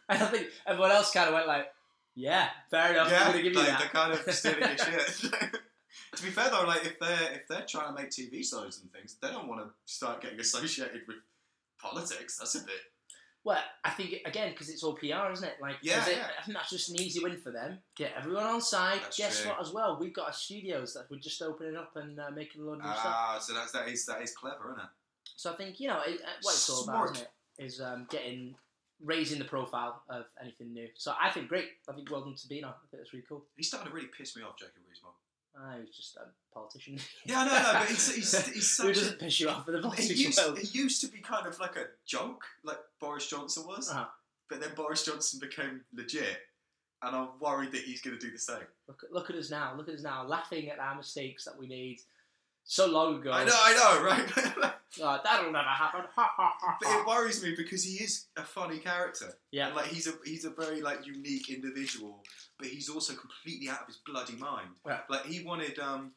Speaker 3: I think everyone else kind of went like, "Yeah, fair enough. I'm gonna give you
Speaker 2: like,
Speaker 3: that."
Speaker 2: they're kind of stealing
Speaker 3: (laughs)
Speaker 2: your shit. (laughs) to be fair though, like if they're if they're trying to make TV shows and things, they don't want to start getting associated with politics. That's a bit.
Speaker 3: Well, I think again because it's all PR, isn't it? Like,
Speaker 2: Yeah,
Speaker 3: is it-
Speaker 2: yeah.
Speaker 3: I think that's just an easy win for them. Get everyone on side.
Speaker 2: That's
Speaker 3: Guess
Speaker 2: true.
Speaker 3: what? As well, we've got our studios that we're just opening up and uh, making a lot of new stuff.
Speaker 2: Ah, so that's that is that is clever, isn't it?
Speaker 3: So I think you know it, uh, what it's all about,
Speaker 2: Smart.
Speaker 3: isn't it? Is um, getting raising the profile of anything new. So I think great. I think well done to Beano. I think that's really cool. (laughs)
Speaker 2: He's starting to really piss me off, Jacob Rees-Mogg.
Speaker 3: Ah, he was just a politician.
Speaker 2: Yeah, no, no, but he's, he's, he's
Speaker 3: (laughs) Who
Speaker 2: such a
Speaker 3: doesn't piss you off with
Speaker 2: (laughs)
Speaker 3: a
Speaker 2: It
Speaker 3: politician?
Speaker 2: used, it used to be kind of like a joke, like Boris Johnson was,
Speaker 3: Uh-huh.
Speaker 2: but then Boris Johnson became legit, and I'm worried that he's going to do the same.
Speaker 3: Look, look at us now. Look at us now, laughing at our mistakes that we made so long ago.
Speaker 2: I know, I know, right? (laughs) but
Speaker 3: Oh, that'll never happen. Ha ha ha.
Speaker 2: it
Speaker 3: ha.
Speaker 2: worries me because he is a funny character.
Speaker 3: Yeah,
Speaker 2: And, like he's a he's a very like unique individual, but he's also completely out of his bloody mind.
Speaker 3: Yeah.
Speaker 2: Like he wanted, um,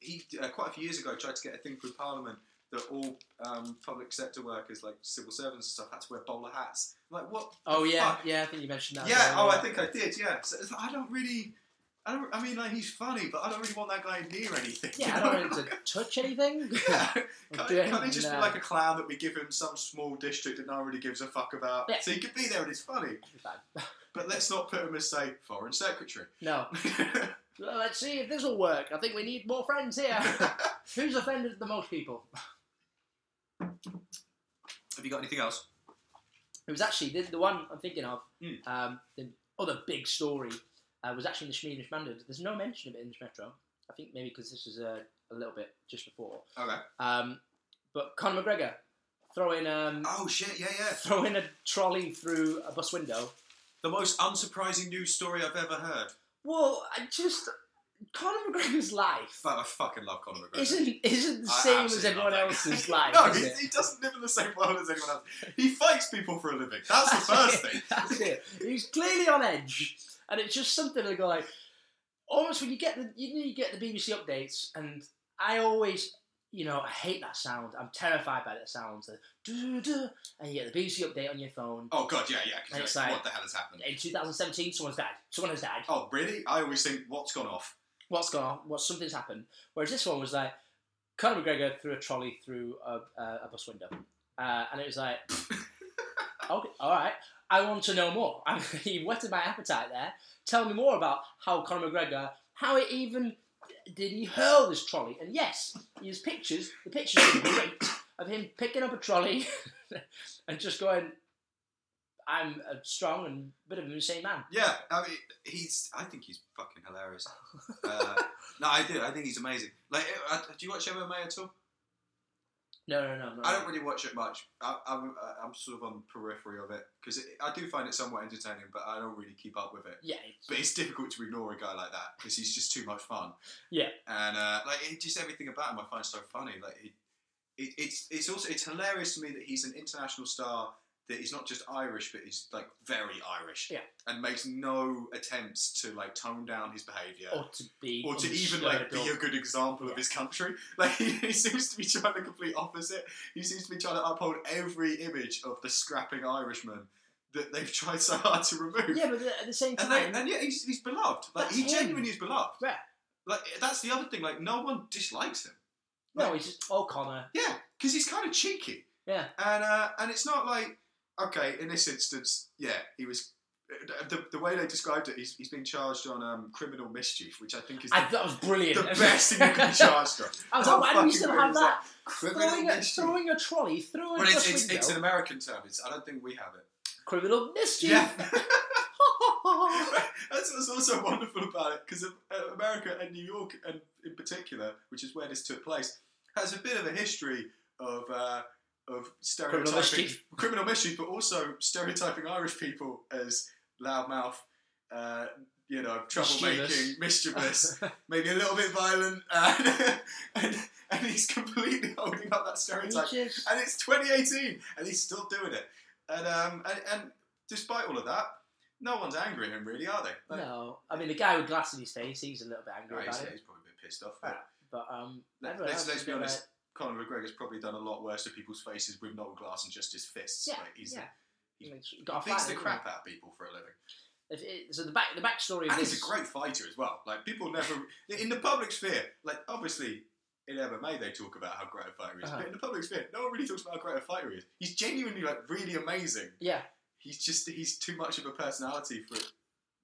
Speaker 2: he uh, quite a few years ago tried to get a thing through Parliament that all um, public sector workers, like civil servants and stuff, had to wear bowler hats. Like what?
Speaker 3: Oh yeah,
Speaker 2: Fuck.
Speaker 3: yeah. I think you mentioned that.
Speaker 2: Yeah.
Speaker 3: earlier.
Speaker 2: Oh, I think I did. Yeah. So it's like, I don't really. I don't. I mean, like he's funny, but I don't really want that guy near anything.
Speaker 3: (laughs) Yeah, I
Speaker 2: you know? (laughs)
Speaker 3: don't want him to touch anything.
Speaker 2: Yeah. Can't,
Speaker 3: Or do
Speaker 2: can't he
Speaker 3: anything,
Speaker 2: just
Speaker 3: uh,
Speaker 2: be like a clown that we give him some small district that no one really gives a fuck about?
Speaker 3: Yeah.
Speaker 2: So he could be there and it's funny. But let's not put him as, say, foreign secretary. (laughs)
Speaker 3: No. Well, let's see if this will work. I think we need more friends
Speaker 2: (laughs)
Speaker 3: here.
Speaker 2: Have
Speaker 3: Who's offended the most people?
Speaker 2: you got anything else?
Speaker 3: It was actually the, the one I'm thinking of.
Speaker 2: Mm.
Speaker 3: Um, the other big story uh, was actually in the Swedish Mandate. There's no mention of it in the Metro. I think maybe because this was a, a little bit just before.
Speaker 2: Okay.
Speaker 3: Um, but Conor McGregor throwing um, (laughs)
Speaker 2: Oh shit! Yeah, yeah.
Speaker 3: throwing a trolley through a bus window.
Speaker 2: The most unsurprising news story I've ever heard.
Speaker 3: Well, I just Conor McGregor's life
Speaker 2: But I fucking love Conor McGregor.
Speaker 3: isn't isn't the
Speaker 2: I
Speaker 3: same as
Speaker 2: absolutely
Speaker 3: everyone
Speaker 2: love that
Speaker 3: else's
Speaker 2: guy. (laughs)
Speaker 3: life.
Speaker 2: no,
Speaker 3: is
Speaker 2: he,
Speaker 3: it?
Speaker 2: he doesn't live in the same world as anyone else. He fights people for a living. That's
Speaker 3: (laughs)
Speaker 2: the first
Speaker 3: it.
Speaker 2: thing. (laughs)
Speaker 3: That's it. He's clearly on edge, and it's just something to go like. Almost when you get the you, know, you get the BBC updates, and I always, you know, I hate that sound. I'm terrified by that sound. The doo doo, and you get the BBC update on your phone.
Speaker 2: Oh god, yeah, yeah. 'cause
Speaker 3: And it's
Speaker 2: you're like,
Speaker 3: like-
Speaker 2: what the hell has happened?
Speaker 3: In 2017, someone's died. Someone has died.
Speaker 2: Oh really? I always think what's gone off.
Speaker 3: What's gone on? What something's happened. Whereas this one was like Conor McGregor threw a trolley through a, uh, a bus window, uh, and it
Speaker 2: (laughs)
Speaker 3: was like, okay, all right. I want to know more. (laughs) I mean, he whetted my appetite there. Tell me more about how Conor McGregor, how it even did he hurl this trolley? And yes, his pictures, the pictures are great of him picking up a trolley (laughs) and just going, "I'm a strong and bit of an insane man."
Speaker 2: Yeah, I mean, he's. I think he's fucking
Speaker 3: (laughs)
Speaker 2: hilarious. uh, no, I do. I think he's amazing. Like, uh, do you watch MMA at all?
Speaker 3: No, no, no. no
Speaker 2: I don't really watch it much. I, I'm, uh, I'm sort of on the periphery of it because I do find it somewhat entertaining, but I don't really keep up with it.
Speaker 3: Yeah,
Speaker 2: But it's difficult to ignore a guy like that because he's just too much fun.
Speaker 3: Yeah.
Speaker 2: And uh, like it, just everything about him, I find so funny. Like it, it, it's it's also it's hilarious to me that he's an international star that is not just Irish but is like very Irish.
Speaker 3: Yeah.
Speaker 2: And makes no attempts to like tone down his behaviour.
Speaker 3: or to be
Speaker 2: Or to even
Speaker 3: understood
Speaker 2: like be
Speaker 3: or-
Speaker 2: a good example of his country, (laughs) like he, he seems to be trying the complete opposite. He seems to be trying to uphold every image of the scrapping Irishman that they've (laughs) tried so hard to remove.
Speaker 3: yeah, but at the same
Speaker 2: And, they,
Speaker 3: time,
Speaker 2: and yet he's, he's beloved. Like
Speaker 3: That's
Speaker 2: he
Speaker 3: him.
Speaker 2: genuinely is beloved.
Speaker 3: Yeah.
Speaker 2: Like that's the other thing. Like no one dislikes him.
Speaker 3: no, he's just oh Connor.
Speaker 2: Yeah, because he's kind of cheeky.
Speaker 3: Yeah.
Speaker 2: And uh, and it's not like okay in this instance, yeah, he was. The, the way they described it, he's, he's been charged on um, criminal mischief, which I think is
Speaker 3: I,
Speaker 2: the,
Speaker 3: that was brilliant.
Speaker 2: the best thing you can
Speaker 3: (laughs)
Speaker 2: be charged on.
Speaker 3: I was
Speaker 2: How
Speaker 3: like, why do
Speaker 2: fucking
Speaker 3: we still
Speaker 2: great
Speaker 3: have
Speaker 2: is
Speaker 3: that?
Speaker 2: Criminal
Speaker 3: Throwing a,
Speaker 2: mischief.
Speaker 3: throwing a trolley through a
Speaker 2: well,
Speaker 3: bus
Speaker 2: it's, it's,
Speaker 3: window.
Speaker 2: it's an American term. It's, I don't think we have it.
Speaker 3: Criminal mischief. (laughs)
Speaker 2: Yeah. (laughs) That's what's also wonderful about it because America and New York, and in particular, which is where this took place, has a bit of a history of uh, of stereotyping
Speaker 3: Criminal mischief.
Speaker 2: (laughs) criminal mischief, but also stereotyping Irish people as loudmouth, uh, you know, troublemaking, mischievous,
Speaker 3: (laughs)
Speaker 2: maybe a little bit violent, uh, (laughs) and, and he's completely holding up that
Speaker 3: He
Speaker 2: stereotype
Speaker 3: just-
Speaker 2: and it's 2018, and he's still doing it. And um, and, and despite all of that, no one's angry at him, really, are they? Like,
Speaker 3: no, I mean the guy with glass in his face, he's a little bit angry
Speaker 2: no, he's,
Speaker 3: about it.
Speaker 2: he's probably a bit pissed off.
Speaker 3: Yeah. But um,
Speaker 2: Let-
Speaker 3: everyone
Speaker 2: let's-
Speaker 3: else
Speaker 2: let's
Speaker 3: is
Speaker 2: be
Speaker 3: a bit
Speaker 2: honest,
Speaker 3: like-
Speaker 2: Conor McGregor's probably done a lot worse to people's faces with no glass and just his fists.
Speaker 3: Yeah,
Speaker 2: Like, he's,
Speaker 3: yeah.
Speaker 2: he-
Speaker 3: I mean, it's
Speaker 2: He
Speaker 3: got a
Speaker 2: beats
Speaker 3: fight,
Speaker 2: the
Speaker 3: isn't
Speaker 2: crap out of people for a living,
Speaker 3: it? If it- so the back, the backstory of
Speaker 2: and
Speaker 3: this.
Speaker 2: he's a great fighter as well. Like people never in the public sphere, like obviously in MMA they talk about how great a fighter he is,
Speaker 3: Uh-huh.
Speaker 2: but in the public sphere, no one really talks about how great a fighter he is. He's genuinely like really amazing.
Speaker 3: Yeah,
Speaker 2: he's just he's too much of a personality for it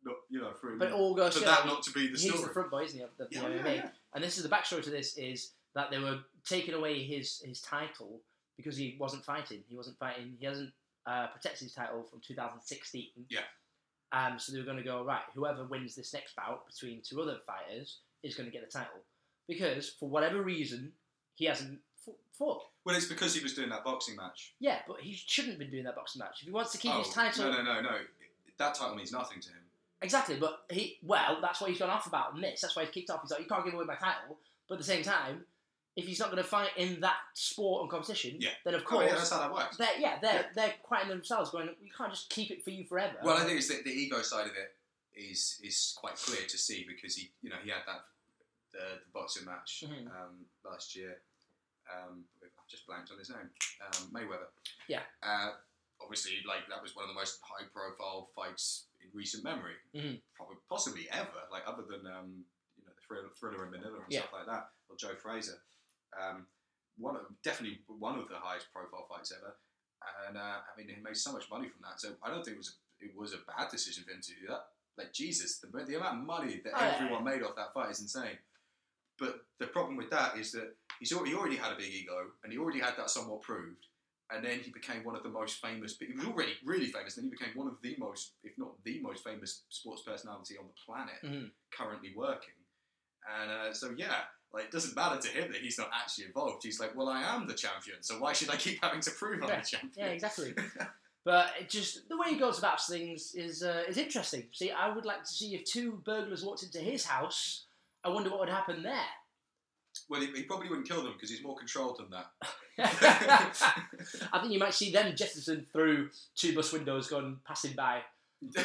Speaker 2: not you know for, it,
Speaker 3: but it all goes.
Speaker 2: for
Speaker 3: yeah,
Speaker 2: that not to be the
Speaker 3: he's
Speaker 2: story.
Speaker 3: the front boy, isn't he? Of the,
Speaker 2: yeah, oh,
Speaker 3: the
Speaker 2: yeah,
Speaker 3: MMA?
Speaker 2: yeah.
Speaker 3: And this is the backstory to this is that they were taking away his his title because he wasn't fighting. He wasn't fighting. He hasn't uh, protected his title from 2016.
Speaker 2: Yeah.
Speaker 3: Um. So they were going to go right. Whoever wins this next bout between two other fighters is going to get the title because for whatever reason he hasn't f- fought.
Speaker 2: Well, it's because he was doing that boxing match.
Speaker 3: Yeah, but he shouldn't have been doing that boxing match. If he wants to keep
Speaker 2: oh,
Speaker 3: his title,
Speaker 2: No, no, no, no. That title means nothing to him.
Speaker 3: Exactly, but he well, that's what he's gone off about in this. That's why he's kicked off. He's like, you can't give away my title. But at the same time, if he's not going to fight in that sport and competition,
Speaker 2: Yeah.
Speaker 3: then of
Speaker 2: Oh,
Speaker 3: course
Speaker 2: yeah, that's how that works.
Speaker 3: they're yeah they're
Speaker 2: Yeah.
Speaker 3: they're quieting themselves, going, we can't just keep it for you forever.
Speaker 2: Well, I think it's the, the ego side of it is is quite clear to see because he, you know, he had that the, the boxing match
Speaker 3: Mhm.
Speaker 2: um, last year. Um, I've just blanked on his name, um, Mayweather.
Speaker 3: Yeah.
Speaker 2: Uh, obviously, like that was one of the most high-profile fights in recent memory,
Speaker 3: Mhm.
Speaker 2: probably possibly ever. Like other than um, you know the thriller, thriller in Manila and
Speaker 3: Yeah.
Speaker 2: stuff like that, or Joe Fraser. Um, one of, definitely one of the highest profile fights ever and uh, I mean, he made so much money from that. So I don't think it was a, it was a bad decision for him to do that. Like Jesus, the, the amount of money that
Speaker 3: Oh, yeah,
Speaker 2: everyone made off that fight is insane. But the problem with that is that he's already, he already had a big ego, and he already had that somewhat proved. And then he became one of the most famous. He was already really famous. Then he became one of the most, if not the most famous sports personality on the planet,
Speaker 3: Mhm.
Speaker 2: currently working. And uh, so yeah, like it doesn't matter to him that he's not actually involved. He's like, well, I am the champion, so why should I keep having to prove I'm
Speaker 3: Yeah.
Speaker 2: the champion? (laughs)
Speaker 3: yeah, exactly. but it just the way he goes about things is uh, is interesting. See, I would like to see if two burglars walked into his house. I wonder what would happen
Speaker 2: (laughs) Well, he, he probably wouldn't kill them because he's more controlled than that.
Speaker 3: there. (laughs) I think you might see them jettisoned through two bus windows, going passing by.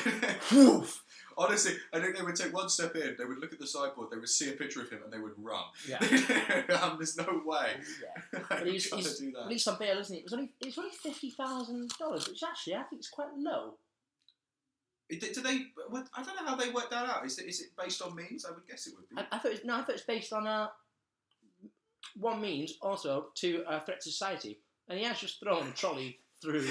Speaker 3: (laughs) Woof.
Speaker 2: Honestly, I think they would take one step in, they would look at the sideboard, they would see a picture of him, and they would run.
Speaker 3: Yeah.
Speaker 2: (laughs) um, there's no way.
Speaker 3: Yeah.
Speaker 2: (laughs) I
Speaker 3: But he's-
Speaker 2: can't
Speaker 3: he's-
Speaker 2: do that.
Speaker 3: At least on bail, isn't it? It was only it was only fifty thousand dollars, which actually I think is quite low.
Speaker 2: Do do they? What, I don't know how they work that out. Is it, is it based on means? I would guess it would be.
Speaker 3: I, I thought it, no, I thought it's based on uh, one means also to a threat to society, and he has just thrown a trolley (laughs) through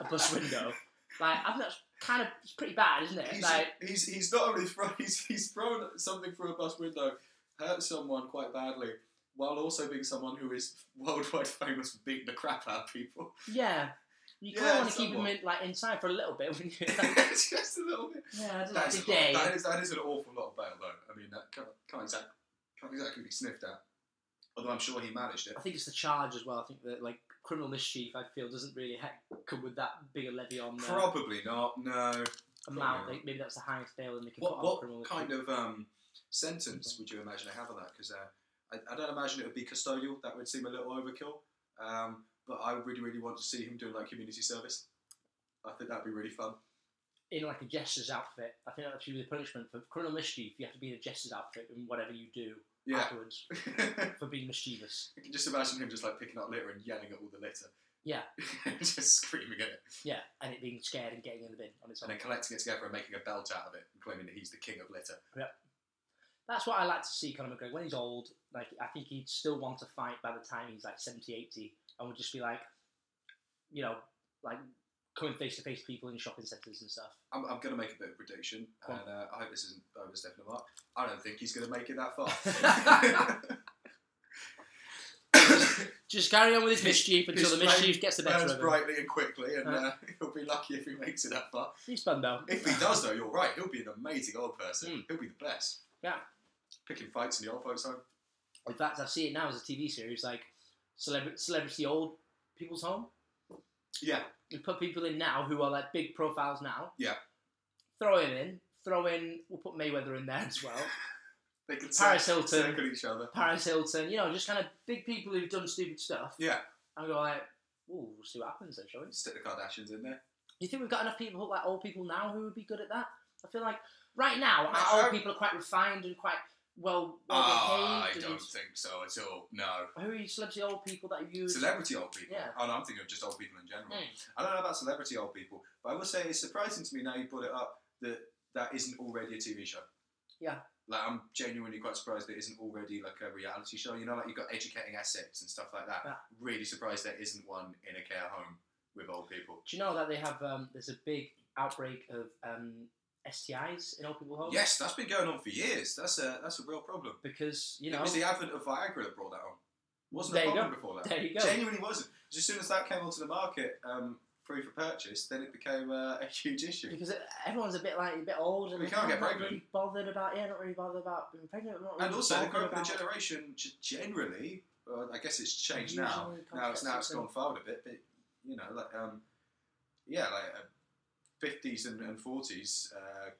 Speaker 3: a bus window. Like I think that's kind of it's pretty bad, isn't it?
Speaker 2: he's,
Speaker 3: Like
Speaker 2: he's, he's not only (laughs) thrown he's, he's thrown something through a bus window, hurt someone quite badly, while also being someone who is worldwide famous for beating the crap out of people. (laughs)
Speaker 3: yeah, you kind
Speaker 2: Yeah,
Speaker 3: of want to keep him
Speaker 2: somewhat.
Speaker 3: in, like inside for a little bit. When (laughs) you,
Speaker 2: Just a little bit.
Speaker 3: yeah,
Speaker 2: That
Speaker 3: that's
Speaker 2: is, a
Speaker 3: a
Speaker 2: lot,
Speaker 3: day.
Speaker 2: that, is, that is an awful lot of bail, though. I mean, that can't, can't, exact, can't exactly be sniffed at. Although I'm sure he managed it.
Speaker 3: I think it's the charge as well. I think that like criminal mischief, I feel, doesn't really he- come with that big a levy on the
Speaker 2: Probably not. No.
Speaker 3: amount.
Speaker 2: probably not.
Speaker 3: Like, maybe that's the highest bail and they can
Speaker 2: What
Speaker 3: put on criminal
Speaker 2: what
Speaker 3: mischief.
Speaker 2: kind of um, sentence would you imagine I have on that? Because uh, I, I don't imagine it would be custodial. That would seem a little overkill. Um, but I really, really want to see him doing like community service. I think that'd be really fun.
Speaker 3: in like a jester's outfit. I think that should be the punishment for criminal mischief. You have to be in a jester's outfit in whatever you do
Speaker 2: Yeah.
Speaker 3: afterwards
Speaker 2: I
Speaker 3: for being mischievous.
Speaker 2: can (laughs) just imagine him just like picking up litter and yelling at all the litter.
Speaker 3: Yeah.
Speaker 2: (laughs) just screaming at it.
Speaker 3: Yeah, and it being scared and getting in the bin on its
Speaker 2: And
Speaker 3: own.
Speaker 2: then collecting it together and making a belt out of it and claiming that he's the king of litter.
Speaker 3: That's what I like to see Conor McGregor when he's old. Like I think he'd still want to fight by the time he's like 70, 80 and would just be like, you know, like coming face to face people in shopping centres and stuff.
Speaker 2: I'm, I'm going to make a bit of a prediction,
Speaker 3: Go on.
Speaker 2: and uh, I hope this isn't overstepping the mark. I don't think he's going to make it that far.
Speaker 3: Just carry on with his
Speaker 2: His-
Speaker 3: mischief until
Speaker 2: his
Speaker 3: the mischief gets the better
Speaker 2: Burns
Speaker 3: of him.
Speaker 2: brightly and quickly, and uh, he'll be lucky if he makes it that far.
Speaker 3: He's fun though.
Speaker 2: If he does, though, you're right. He'll be an amazing old person.
Speaker 3: Mm.
Speaker 2: He'll be the best.
Speaker 3: Yeah.
Speaker 2: Picking fights in the old folks' home.
Speaker 3: In fact, I see it now as a TV series, like celebrity, celebrity old people's home.
Speaker 2: Yeah.
Speaker 3: You put people in now who are like big profiles now.
Speaker 2: Yeah.
Speaker 3: Throw him in. Throw in. We'll put Mayweather in there
Speaker 2: (laughs)
Speaker 3: as well.
Speaker 2: They can
Speaker 3: Paris
Speaker 2: cir-
Speaker 3: Hilton.
Speaker 2: circle each other.
Speaker 3: Paris Hilton. You know, just kind of big people who've done stupid stuff.
Speaker 2: Yeah.
Speaker 3: And go like, ooh, we'll see what happens then, shall we?
Speaker 2: Stick the Kardashians in there.
Speaker 3: Do you think we've got enough people, like old people now, who would be good at that? I feel like right now, our
Speaker 2: I-
Speaker 3: old people are quite refined and quite well well
Speaker 2: Ah, I
Speaker 3: behaved.
Speaker 2: don't
Speaker 3: and
Speaker 2: think so at all. No.
Speaker 3: who are you celebrity old people that you?
Speaker 2: Celebrity old people.
Speaker 3: Yeah.
Speaker 2: Oh, no, I'm thinking of just old people in general.
Speaker 3: Hmm.
Speaker 2: I don't know about celebrity old people, but I will say it's surprising to me now you brought it up that that isn't already a TV show.
Speaker 3: Yeah.
Speaker 2: Like I'm genuinely quite surprised there isn't already like a reality show. You know, like you've got educating assets and stuff like that.
Speaker 3: Yeah.
Speaker 2: Really surprised there isn't one in a care home with old people.
Speaker 3: Do you know that they have? Um, there's a big outbreak of um, STIs in old people homes.
Speaker 2: Yes, that's been going on for years. That's a that's a real problem.
Speaker 3: Because you
Speaker 2: it
Speaker 3: know,
Speaker 2: was the advent of Viagra that brought that on. Wasn't
Speaker 3: There
Speaker 2: a
Speaker 3: you
Speaker 2: problem before that.
Speaker 3: there you go.
Speaker 2: Genuinely wasn't. As soon as that came onto the market, um, free for purchase, then it became uh, a (laughs) huge issue.
Speaker 3: Because everyone's a bit like a bit old and
Speaker 2: We
Speaker 3: they
Speaker 2: can't get
Speaker 3: I'm not
Speaker 2: pregnant.
Speaker 3: Really bothered about yeah, not really bothered about being pregnant. I'm not really
Speaker 2: And also, the
Speaker 3: bothered
Speaker 2: growth of the
Speaker 3: about
Speaker 2: generation g- generally, well, uh, I guess it's changed now.
Speaker 3: using
Speaker 2: Now it's now it's
Speaker 3: contraceptives
Speaker 2: gone forward a bit, but you know, like um, yeah, like uh, fifties and and forties uh,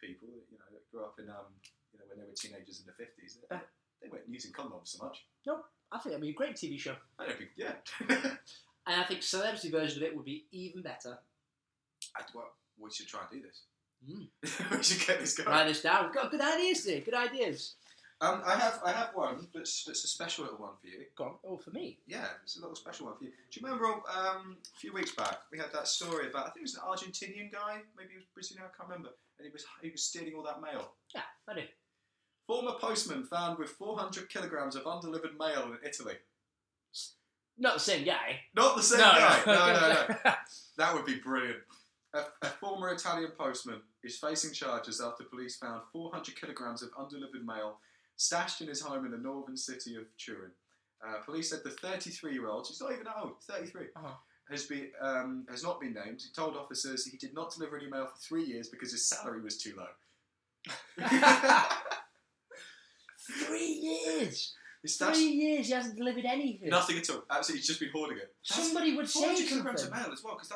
Speaker 2: people, you know, that grew up in um, you know, when they were teenagers in the fifties, they,
Speaker 3: Yeah.
Speaker 2: they weren't using condoms so much.
Speaker 3: and- I think that'd be a great TV show,
Speaker 2: I don't think, yeah. I,
Speaker 3: and I think celebrity version of it would be even better.
Speaker 2: well, we should try and do this. (laughs)
Speaker 3: Mm.
Speaker 2: we should get this going.
Speaker 3: Write this down. We've got good ideas here. Good ideas.
Speaker 2: Um, I have I have one that's that's a special little one for you.
Speaker 3: Go on. Oh, for me.
Speaker 2: Yeah, it's a little special one for you. Do you remember um, a few weeks back we had that story about I think it was an Argentinian guy, maybe he was Brazilian, I can't remember, and he was he was stealing all that mail.
Speaker 3: Yeah, I do.
Speaker 2: Former postman found with 400 kilograms of undelivered mail in Italy.
Speaker 3: Not the same guy.
Speaker 2: Not the same
Speaker 3: no,
Speaker 2: guy.
Speaker 3: no,
Speaker 2: no,
Speaker 3: (laughs)
Speaker 2: no. no. That would be brilliant. A, a former Italian postman is facing charges after police found 400 kilograms of undelivered mail stashed in his home in the northern city of Turin. Uh, police said the 33-year-old, he's not even that old, 33,
Speaker 3: Uh-huh.
Speaker 2: has been um, has not been named. He told officers he did not deliver any mail for three years because his salary was too
Speaker 3: (laughs)
Speaker 2: low.
Speaker 3: Three years.
Speaker 2: he
Speaker 3: Three
Speaker 2: stashed
Speaker 3: years. He hasn't delivered anything.
Speaker 2: nothing at all. Absolutely, he's just been hoarding it. That's-
Speaker 3: Somebody would
Speaker 2: Four
Speaker 3: say
Speaker 2: hundred kilograms
Speaker 3: something.
Speaker 2: of mail as well, because